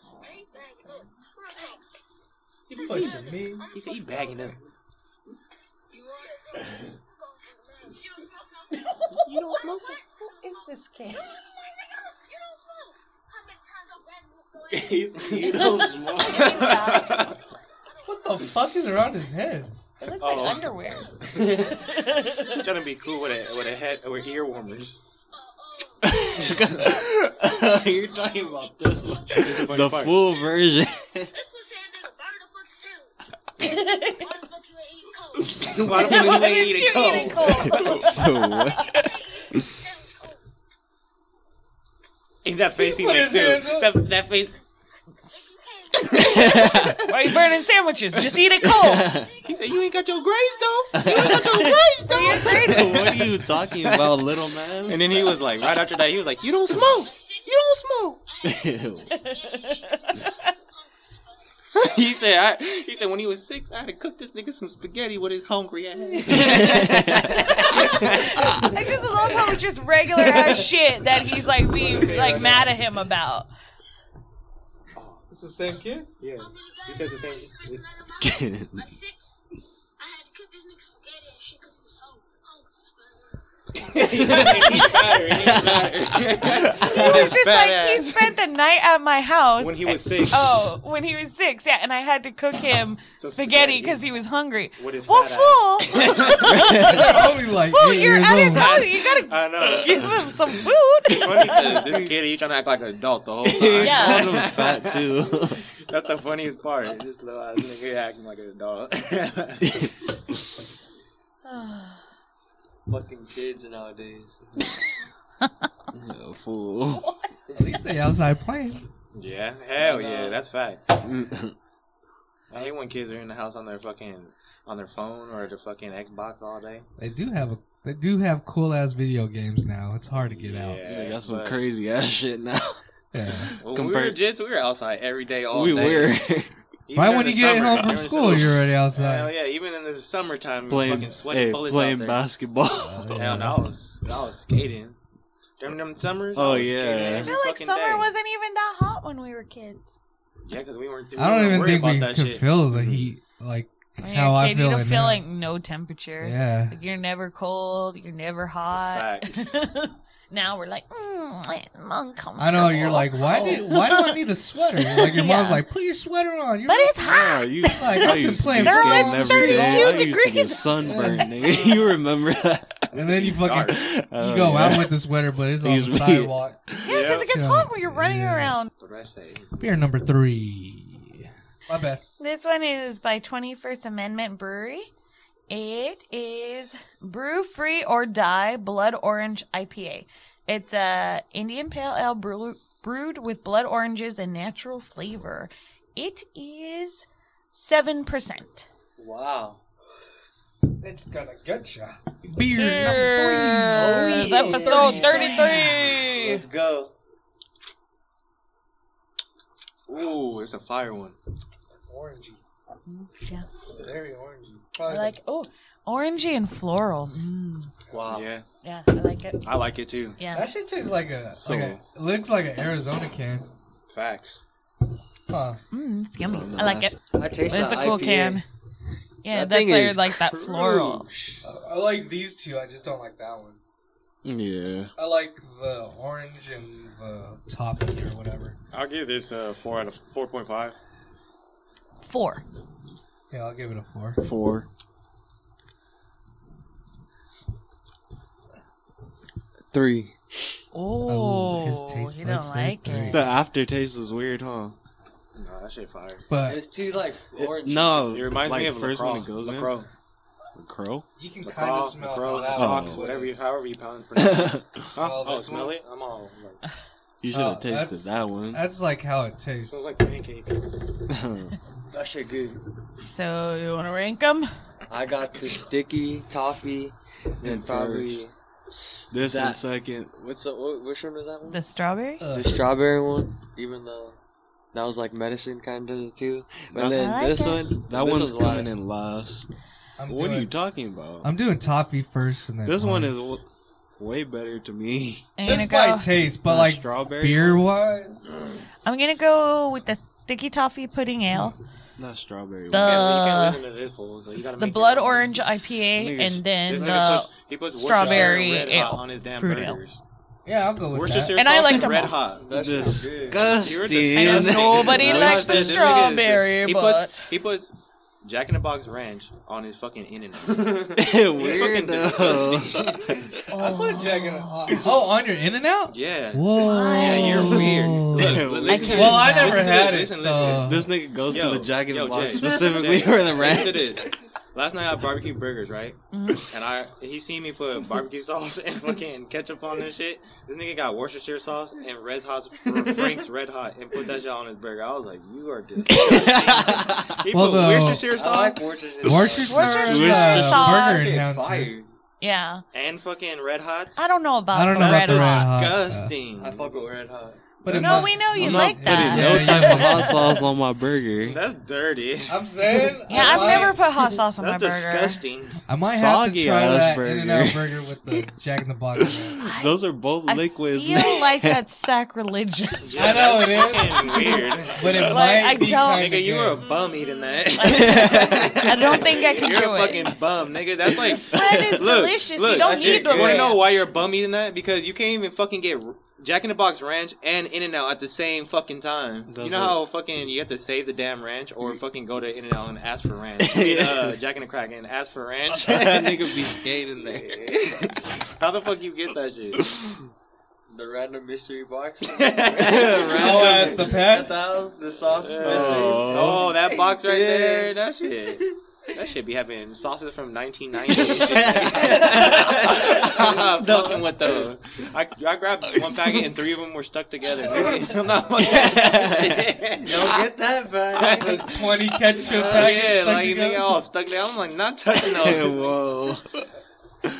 [SPEAKER 9] straight back up. Real talk.
[SPEAKER 2] Pushing me.
[SPEAKER 6] He said, "He bagging up."
[SPEAKER 9] You are the girl. You don't smoke out there.
[SPEAKER 4] You don't smoke? Who is this kid?
[SPEAKER 9] You don't smoke, nigga. You don't smoke. How many times I've grabbed you before?
[SPEAKER 10] you don't smoke.
[SPEAKER 2] What the fuck is around his head?
[SPEAKER 4] It looks
[SPEAKER 6] Oh.
[SPEAKER 4] like underwears.
[SPEAKER 6] I'm trying to be cool with a with a head with ear warmers.
[SPEAKER 10] You're talking about this one.
[SPEAKER 5] the full version.
[SPEAKER 9] This pussy ass nigga burn the fucking cell. Why the fuck you ain't eating cold?
[SPEAKER 6] Why the fuck you ain't eating
[SPEAKER 4] eating
[SPEAKER 6] cold?
[SPEAKER 4] cold?
[SPEAKER 5] What?
[SPEAKER 9] Sandwich cold.
[SPEAKER 6] And that face he,
[SPEAKER 2] put
[SPEAKER 6] makes
[SPEAKER 2] his
[SPEAKER 6] too.
[SPEAKER 2] hands up.
[SPEAKER 6] That, that face.
[SPEAKER 9] Nigga, you can't.
[SPEAKER 4] Why are you burning sandwiches? Just eat it cold.
[SPEAKER 6] He said, "You ain't got your grades though."
[SPEAKER 5] what are you talking about, little man?
[SPEAKER 6] And then he was like, right after that, he was like, "You don't
[SPEAKER 10] Smoke.
[SPEAKER 6] smoke."
[SPEAKER 10] You don't
[SPEAKER 5] Ew.
[SPEAKER 6] he said, I, "He said when he was six, I had to cook this nigga some spaghetti with his hungry ass."
[SPEAKER 4] I just love how it's just regular ass shit that he's like being like mad at him about.
[SPEAKER 2] It's the same kid.
[SPEAKER 6] yeah, he said the same.
[SPEAKER 9] Like six, I had to cook this nigga spaghetti and shit 'cause he was hungry. Hungry, spaghetti.
[SPEAKER 6] he's tired. He's tired.
[SPEAKER 4] He was just like he
[SPEAKER 6] badass.
[SPEAKER 4] spent the night at my house.
[SPEAKER 6] when he was six.
[SPEAKER 4] Oh, when he was six, yeah, and I had to cook him
[SPEAKER 6] Some
[SPEAKER 4] spaghetti
[SPEAKER 6] spaghetti.
[SPEAKER 4] because he was hungry.
[SPEAKER 6] With his
[SPEAKER 4] well,
[SPEAKER 6] fat
[SPEAKER 4] fool,
[SPEAKER 2] Only like
[SPEAKER 4] fool,
[SPEAKER 2] eight
[SPEAKER 4] you're
[SPEAKER 2] years
[SPEAKER 4] at his
[SPEAKER 2] old.
[SPEAKER 4] house. You gotta
[SPEAKER 6] I know.
[SPEAKER 4] give him some food.
[SPEAKER 6] funny 'cause this kid, he trying to act like an adult the whole time.
[SPEAKER 4] Yeah.
[SPEAKER 5] Called him fat too.
[SPEAKER 6] That's the funniest part. This little ass nigga acting like an adult.
[SPEAKER 3] Fucking kids nowadays.
[SPEAKER 5] Yeah, Oh, fool.
[SPEAKER 2] At least they outside playing.
[SPEAKER 6] yeah, hell yeah, that's fact. I hate when kids are in the house on their fucking on their phone or their fucking Xbox all day.
[SPEAKER 2] They do have a. They do have cool ass video games now. It's hard to get out.
[SPEAKER 6] Yeah,
[SPEAKER 5] They got some
[SPEAKER 6] but-
[SPEAKER 5] crazy ass shit now.
[SPEAKER 2] Yeah.
[SPEAKER 6] When we were
[SPEAKER 5] compared-
[SPEAKER 6] jits, we were outside every day, all
[SPEAKER 5] we
[SPEAKER 6] day.
[SPEAKER 5] were
[SPEAKER 6] Even
[SPEAKER 2] Right
[SPEAKER 6] during
[SPEAKER 2] when
[SPEAKER 6] the
[SPEAKER 2] you get
[SPEAKER 6] summer,
[SPEAKER 2] home from
[SPEAKER 6] during the
[SPEAKER 2] school,
[SPEAKER 6] summer.
[SPEAKER 2] you're already
[SPEAKER 6] Hell
[SPEAKER 2] outside.
[SPEAKER 6] yeah, even in the summertime, we
[SPEAKER 5] playing,
[SPEAKER 6] fucking sweating
[SPEAKER 5] hey,
[SPEAKER 6] bullets
[SPEAKER 5] playing
[SPEAKER 6] out there.
[SPEAKER 5] basketball.
[SPEAKER 6] Hell, no, I was, I was skating. During them summers,
[SPEAKER 5] Oh,
[SPEAKER 6] I was
[SPEAKER 5] yeah. I
[SPEAKER 6] skating
[SPEAKER 4] I
[SPEAKER 6] every
[SPEAKER 4] feel like
[SPEAKER 6] fucking
[SPEAKER 4] summer
[SPEAKER 6] day.
[SPEAKER 4] wasn't even that hot when we were kids.
[SPEAKER 6] Yeah, because we weren't. We
[SPEAKER 2] I don't
[SPEAKER 6] weren't
[SPEAKER 2] even
[SPEAKER 6] worried
[SPEAKER 2] think we
[SPEAKER 6] about that
[SPEAKER 2] could
[SPEAKER 6] shit.
[SPEAKER 2] feel the heat like
[SPEAKER 4] When you're
[SPEAKER 2] how
[SPEAKER 4] a
[SPEAKER 2] I
[SPEAKER 4] kid,
[SPEAKER 2] feel
[SPEAKER 4] you don't
[SPEAKER 2] it
[SPEAKER 4] feel
[SPEAKER 2] now.
[SPEAKER 4] like no temperature.
[SPEAKER 2] Yeah.
[SPEAKER 4] Like you're never cold. You're never hot.
[SPEAKER 6] Facts.
[SPEAKER 4] now we're like, mm, I'm uncomfortable.
[SPEAKER 2] I know you're like, why do why do I need a sweater? Like your mom's
[SPEAKER 4] Yeah.
[SPEAKER 2] like, put your sweater on. You're
[SPEAKER 4] But it's
[SPEAKER 2] like,
[SPEAKER 4] hot.
[SPEAKER 5] Nah, you,
[SPEAKER 2] Like,
[SPEAKER 5] I
[SPEAKER 2] I've been
[SPEAKER 5] used to be
[SPEAKER 2] playing
[SPEAKER 4] They're all
[SPEAKER 5] skating every day. I
[SPEAKER 4] 32
[SPEAKER 5] used to get
[SPEAKER 4] degrees.
[SPEAKER 5] sunburned, nigga. You remember that?
[SPEAKER 2] and then you fucking
[SPEAKER 6] Dark.
[SPEAKER 2] you
[SPEAKER 5] Oh,
[SPEAKER 2] go
[SPEAKER 5] yeah.
[SPEAKER 2] out with the sweater, but it's on the
[SPEAKER 5] Excuse me.
[SPEAKER 2] sidewalk.
[SPEAKER 4] Yeah, because it gets
[SPEAKER 2] Yeah.
[SPEAKER 4] hot when you're running
[SPEAKER 2] Yeah.
[SPEAKER 4] around.
[SPEAKER 6] What did I say?
[SPEAKER 2] Beer number three. My bad.
[SPEAKER 4] This one is by 21st Amendment Brewery. It is Brew Free or Die Blood Orange IPA. It's a Indian Pale Ale brew- brewed with blood oranges and natural flavor. It is 7%.
[SPEAKER 3] Wow.
[SPEAKER 2] It's gonna get ya. Beer number three.
[SPEAKER 4] Cheers, episode 33.
[SPEAKER 3] Let's go.
[SPEAKER 6] Ooh, it's a fire one.
[SPEAKER 2] It's orangey.
[SPEAKER 4] yeah.
[SPEAKER 2] It's very orangey.
[SPEAKER 4] I
[SPEAKER 2] Probably
[SPEAKER 4] like, oh, orangey and floral. Mm,
[SPEAKER 3] Wow.
[SPEAKER 6] Yeah,
[SPEAKER 4] yeah, I like it.
[SPEAKER 6] I like it too.
[SPEAKER 4] Yeah.
[SPEAKER 2] that shit tastes like a,
[SPEAKER 5] So-
[SPEAKER 2] like a it looks like an Arizona can.
[SPEAKER 6] Facts.
[SPEAKER 2] Huh.
[SPEAKER 4] Mm, it's yummy.
[SPEAKER 5] So
[SPEAKER 4] I like it.
[SPEAKER 3] I taste
[SPEAKER 4] But it's a
[SPEAKER 3] that
[SPEAKER 4] cool
[SPEAKER 3] IPA.
[SPEAKER 4] can. Yeah,
[SPEAKER 3] That
[SPEAKER 4] that's
[SPEAKER 3] thing
[SPEAKER 4] why you're
[SPEAKER 3] is
[SPEAKER 4] like that floral.
[SPEAKER 2] I- I like these two. I just don't like that one.
[SPEAKER 5] Yeah.
[SPEAKER 2] I like the orange and the toffee or whatever.
[SPEAKER 6] I'll give this a four out of four point five.
[SPEAKER 4] Four.
[SPEAKER 2] Yeah, I'll give it a four.
[SPEAKER 5] Four. Three.
[SPEAKER 4] Oh,
[SPEAKER 2] his taste
[SPEAKER 4] you
[SPEAKER 2] buds
[SPEAKER 4] don't
[SPEAKER 2] say
[SPEAKER 4] like it.
[SPEAKER 5] The aftertaste is weird, huh?
[SPEAKER 6] No, that shit fire.
[SPEAKER 2] But
[SPEAKER 3] It's too like
[SPEAKER 5] It-
[SPEAKER 3] orange.
[SPEAKER 5] no,
[SPEAKER 6] It reminds
[SPEAKER 5] like,
[SPEAKER 6] me of
[SPEAKER 5] first
[SPEAKER 6] LaCroix.
[SPEAKER 5] when it goes in.
[SPEAKER 6] LaCroix.
[SPEAKER 5] Crow?
[SPEAKER 2] You can kind
[SPEAKER 6] Macraw,
[SPEAKER 2] of smell
[SPEAKER 6] Macraw,
[SPEAKER 2] how that
[SPEAKER 5] Oh.
[SPEAKER 6] Fox,
[SPEAKER 2] ox
[SPEAKER 6] whatever you,
[SPEAKER 2] was.
[SPEAKER 6] however you pound pronounce it.
[SPEAKER 2] Smell
[SPEAKER 6] Oh, oh,
[SPEAKER 2] this
[SPEAKER 6] smell
[SPEAKER 2] one?
[SPEAKER 6] it? I'm all like,
[SPEAKER 5] You should have
[SPEAKER 2] Oh,
[SPEAKER 5] tasted
[SPEAKER 2] that's-
[SPEAKER 5] that one.
[SPEAKER 2] That's like how it tastes.
[SPEAKER 6] smells like pancake. That shit good.
[SPEAKER 4] So you want to rank them?
[SPEAKER 3] I got the sticky toffee, then
[SPEAKER 5] And
[SPEAKER 3] probably
[SPEAKER 5] first. this in
[SPEAKER 3] That-
[SPEAKER 5] second.
[SPEAKER 3] what's the wh- which one was that one?
[SPEAKER 4] The strawberry.
[SPEAKER 2] Uh,
[SPEAKER 3] The strawberry one, even though that was like medicine kind of too. And
[SPEAKER 5] That's-
[SPEAKER 3] then
[SPEAKER 4] I like
[SPEAKER 3] this
[SPEAKER 4] that.
[SPEAKER 3] one,
[SPEAKER 5] That
[SPEAKER 3] this
[SPEAKER 5] one's
[SPEAKER 3] was
[SPEAKER 5] coming
[SPEAKER 3] last.
[SPEAKER 5] in last.
[SPEAKER 2] I'm
[SPEAKER 5] what
[SPEAKER 2] doing,
[SPEAKER 5] are you talking about?
[SPEAKER 2] I'm doing toffee first, and then
[SPEAKER 5] this one
[SPEAKER 2] lime.
[SPEAKER 5] is w- way better to me.
[SPEAKER 4] I'm gonna
[SPEAKER 2] just by
[SPEAKER 4] go.
[SPEAKER 2] taste, but
[SPEAKER 5] The
[SPEAKER 2] like
[SPEAKER 5] strawberry
[SPEAKER 2] beer
[SPEAKER 5] one?
[SPEAKER 2] wise,
[SPEAKER 4] I'm gonna go with the sticky toffee pudding ale,
[SPEAKER 5] Not strawberry.
[SPEAKER 4] The-
[SPEAKER 5] one.
[SPEAKER 6] Yeah,
[SPEAKER 4] Uh,
[SPEAKER 6] you can't listen to this fool. So you gotta
[SPEAKER 4] the
[SPEAKER 6] make
[SPEAKER 4] blood
[SPEAKER 6] your-
[SPEAKER 4] orange
[SPEAKER 5] This
[SPEAKER 4] IPA,
[SPEAKER 5] nigga's-
[SPEAKER 4] and then
[SPEAKER 6] This nigga
[SPEAKER 4] the
[SPEAKER 6] puts, he puts
[SPEAKER 4] strawberry
[SPEAKER 6] Worcestershire red hot
[SPEAKER 4] ale.
[SPEAKER 6] on his damn
[SPEAKER 4] Fruit ale.
[SPEAKER 6] burgers.
[SPEAKER 2] yeah, I'll go with
[SPEAKER 6] Worcestershire
[SPEAKER 2] that.
[SPEAKER 4] And I
[SPEAKER 6] sauce
[SPEAKER 4] liked
[SPEAKER 6] is
[SPEAKER 4] them
[SPEAKER 6] red
[SPEAKER 4] all.
[SPEAKER 6] hot.
[SPEAKER 3] That's
[SPEAKER 5] Disgusting.
[SPEAKER 6] You're disgusting.
[SPEAKER 4] nobody
[SPEAKER 6] Like I
[SPEAKER 4] likes the
[SPEAKER 6] said, this nigga is-
[SPEAKER 4] strawberry,
[SPEAKER 6] he
[SPEAKER 4] but-
[SPEAKER 6] puts, he puts Jack in the Box ranch on his fucking in and fucking
[SPEAKER 5] Weirdo.
[SPEAKER 6] disgusting.
[SPEAKER 2] I put Jack in. oh, on your In and Out.
[SPEAKER 6] Yeah.
[SPEAKER 2] Whoa,
[SPEAKER 6] Yeah, you're weird. Look,
[SPEAKER 5] Damn,
[SPEAKER 6] look,
[SPEAKER 5] I
[SPEAKER 6] listen to
[SPEAKER 4] can't
[SPEAKER 6] this.
[SPEAKER 2] Well, I never
[SPEAKER 6] Listen to
[SPEAKER 2] had
[SPEAKER 6] this.
[SPEAKER 2] it,
[SPEAKER 6] Listen, listen.
[SPEAKER 2] so-
[SPEAKER 5] this nigga goes
[SPEAKER 6] Yo,
[SPEAKER 5] to the Jack in the
[SPEAKER 6] yo,
[SPEAKER 5] Box
[SPEAKER 6] Jay.
[SPEAKER 5] specifically
[SPEAKER 6] Jay,
[SPEAKER 5] for the
[SPEAKER 6] listen to
[SPEAKER 5] ranch. Mm-hmm.
[SPEAKER 6] this. Last night I had barbecue burgers, right? And I he seen me put barbecue sauce and fucking ketchup on this shit. This nigga got Worcestershire sauce and Red Hot Frank's Red Hot and put that shit on his burger. I was like, you are disgusting. he
[SPEAKER 2] Well,
[SPEAKER 6] put
[SPEAKER 2] though,
[SPEAKER 6] Worcestershire
[SPEAKER 3] I
[SPEAKER 6] sauce
[SPEAKER 3] like Worcestershire.
[SPEAKER 2] Worcestershire
[SPEAKER 4] Worcestershire
[SPEAKER 2] is a
[SPEAKER 4] sauce.
[SPEAKER 2] burger
[SPEAKER 4] Shit,
[SPEAKER 2] enhancer.
[SPEAKER 4] yeah.
[SPEAKER 6] and fucking Red Hots.
[SPEAKER 4] I don't know about
[SPEAKER 2] I don't
[SPEAKER 4] the
[SPEAKER 2] know
[SPEAKER 4] red
[SPEAKER 2] about the red
[SPEAKER 4] hot.
[SPEAKER 2] hot.
[SPEAKER 6] Disgusting.
[SPEAKER 3] I fuck with red hot.
[SPEAKER 2] But
[SPEAKER 4] No,
[SPEAKER 2] it must-
[SPEAKER 4] we know you
[SPEAKER 5] I'm not
[SPEAKER 4] like
[SPEAKER 5] putting
[SPEAKER 4] that.
[SPEAKER 2] Yeah,
[SPEAKER 5] no
[SPEAKER 2] yeah,
[SPEAKER 5] type of
[SPEAKER 2] yeah.
[SPEAKER 5] hot sauce on my burger.
[SPEAKER 6] That's dirty.
[SPEAKER 2] I'm saying.
[SPEAKER 4] Yeah,
[SPEAKER 2] I
[SPEAKER 4] I've
[SPEAKER 2] might-
[SPEAKER 4] never put hot sauce on my
[SPEAKER 6] That's
[SPEAKER 4] burger.
[SPEAKER 6] disgusting.
[SPEAKER 2] I might have to
[SPEAKER 5] Soggy
[SPEAKER 2] try
[SPEAKER 5] ass
[SPEAKER 2] that
[SPEAKER 5] burger.
[SPEAKER 2] In and Out burger with the Jack in the Box. ranch.
[SPEAKER 5] Those are both
[SPEAKER 4] I
[SPEAKER 5] liquids.
[SPEAKER 4] feel like that's sacrilegious.
[SPEAKER 2] I know it is.
[SPEAKER 6] Fucking weird.
[SPEAKER 2] But it
[SPEAKER 4] Like,
[SPEAKER 2] might
[SPEAKER 4] I
[SPEAKER 2] be
[SPEAKER 4] don't-
[SPEAKER 2] kinda
[SPEAKER 6] Nigga, you
[SPEAKER 2] good.
[SPEAKER 6] were a bum eating that.
[SPEAKER 4] I don't think I can
[SPEAKER 6] You're
[SPEAKER 4] do
[SPEAKER 6] a
[SPEAKER 4] it.
[SPEAKER 6] fucking bum, nigga. That's like
[SPEAKER 4] spread is
[SPEAKER 6] look,
[SPEAKER 4] delicious. You
[SPEAKER 6] Look,
[SPEAKER 4] don't
[SPEAKER 6] that
[SPEAKER 4] need
[SPEAKER 6] shit
[SPEAKER 4] the
[SPEAKER 6] good. Wanna know
[SPEAKER 4] ranch.
[SPEAKER 6] why you're bum eating that? Because you can't even fucking get Jack in the Box ranch and In and Out at the same fucking time. you
[SPEAKER 5] Does
[SPEAKER 6] know
[SPEAKER 5] it- Mm.
[SPEAKER 6] how fucking you have to save the damn ranch or fucking go to In and Out and ask for ranch.
[SPEAKER 5] Yeah.
[SPEAKER 6] uh, Jack in the Crack and ask for ranch.
[SPEAKER 5] that nigga be skating there.
[SPEAKER 6] how the fuck you get that shit?
[SPEAKER 3] The random mystery box.
[SPEAKER 2] Oh, at the
[SPEAKER 3] At
[SPEAKER 2] pad.
[SPEAKER 3] the house, the sausage mystery.
[SPEAKER 6] Oh, that box right
[SPEAKER 3] Yeah.
[SPEAKER 6] there. That shit. That shit be having sauces from 1990. and shit. I'm not fucking with those. I, I grabbed one packet and three of them were stuck together. I'm not fucking with that shit.
[SPEAKER 3] Don't get that back.
[SPEAKER 2] The twenty ketchup
[SPEAKER 6] Oh,
[SPEAKER 2] packets.
[SPEAKER 6] yeah,
[SPEAKER 2] stuck
[SPEAKER 6] like
[SPEAKER 2] together.
[SPEAKER 6] nigga all stuck there. I'm like not touching
[SPEAKER 5] Hey,
[SPEAKER 6] those.
[SPEAKER 5] whoa.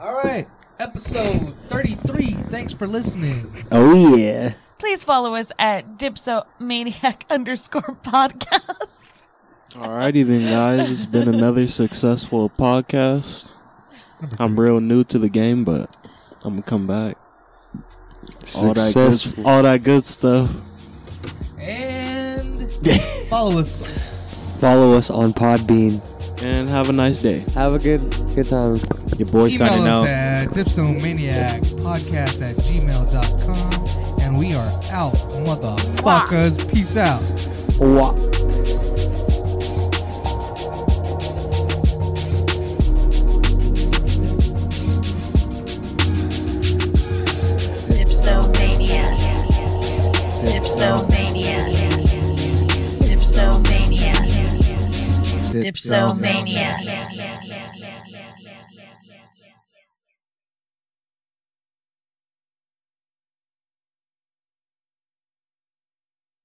[SPEAKER 2] All right, episode 33. Thanks for listening.
[SPEAKER 3] Oh yeah.
[SPEAKER 4] Please follow us at dipsomaniac underscore podcast.
[SPEAKER 5] Alrighty then, guys. It's been another successful podcast. I'm real new to the game, but I'm gonna come back. All that good, s-
[SPEAKER 3] Successful.
[SPEAKER 5] all that good stuff.
[SPEAKER 2] And follow us.
[SPEAKER 3] Follow us on Podbean.
[SPEAKER 5] And have a nice day.
[SPEAKER 3] Have a good good time.
[SPEAKER 5] Your boy signing
[SPEAKER 2] Email us
[SPEAKER 5] out.
[SPEAKER 2] at dipsomaniacpodcast at gmail.com. And we are out, motherfuckers. Peace out.
[SPEAKER 3] Wah.
[SPEAKER 1] Dipsomania. Dipsomania. Dipsomania. Dipsomania. Dipsomania.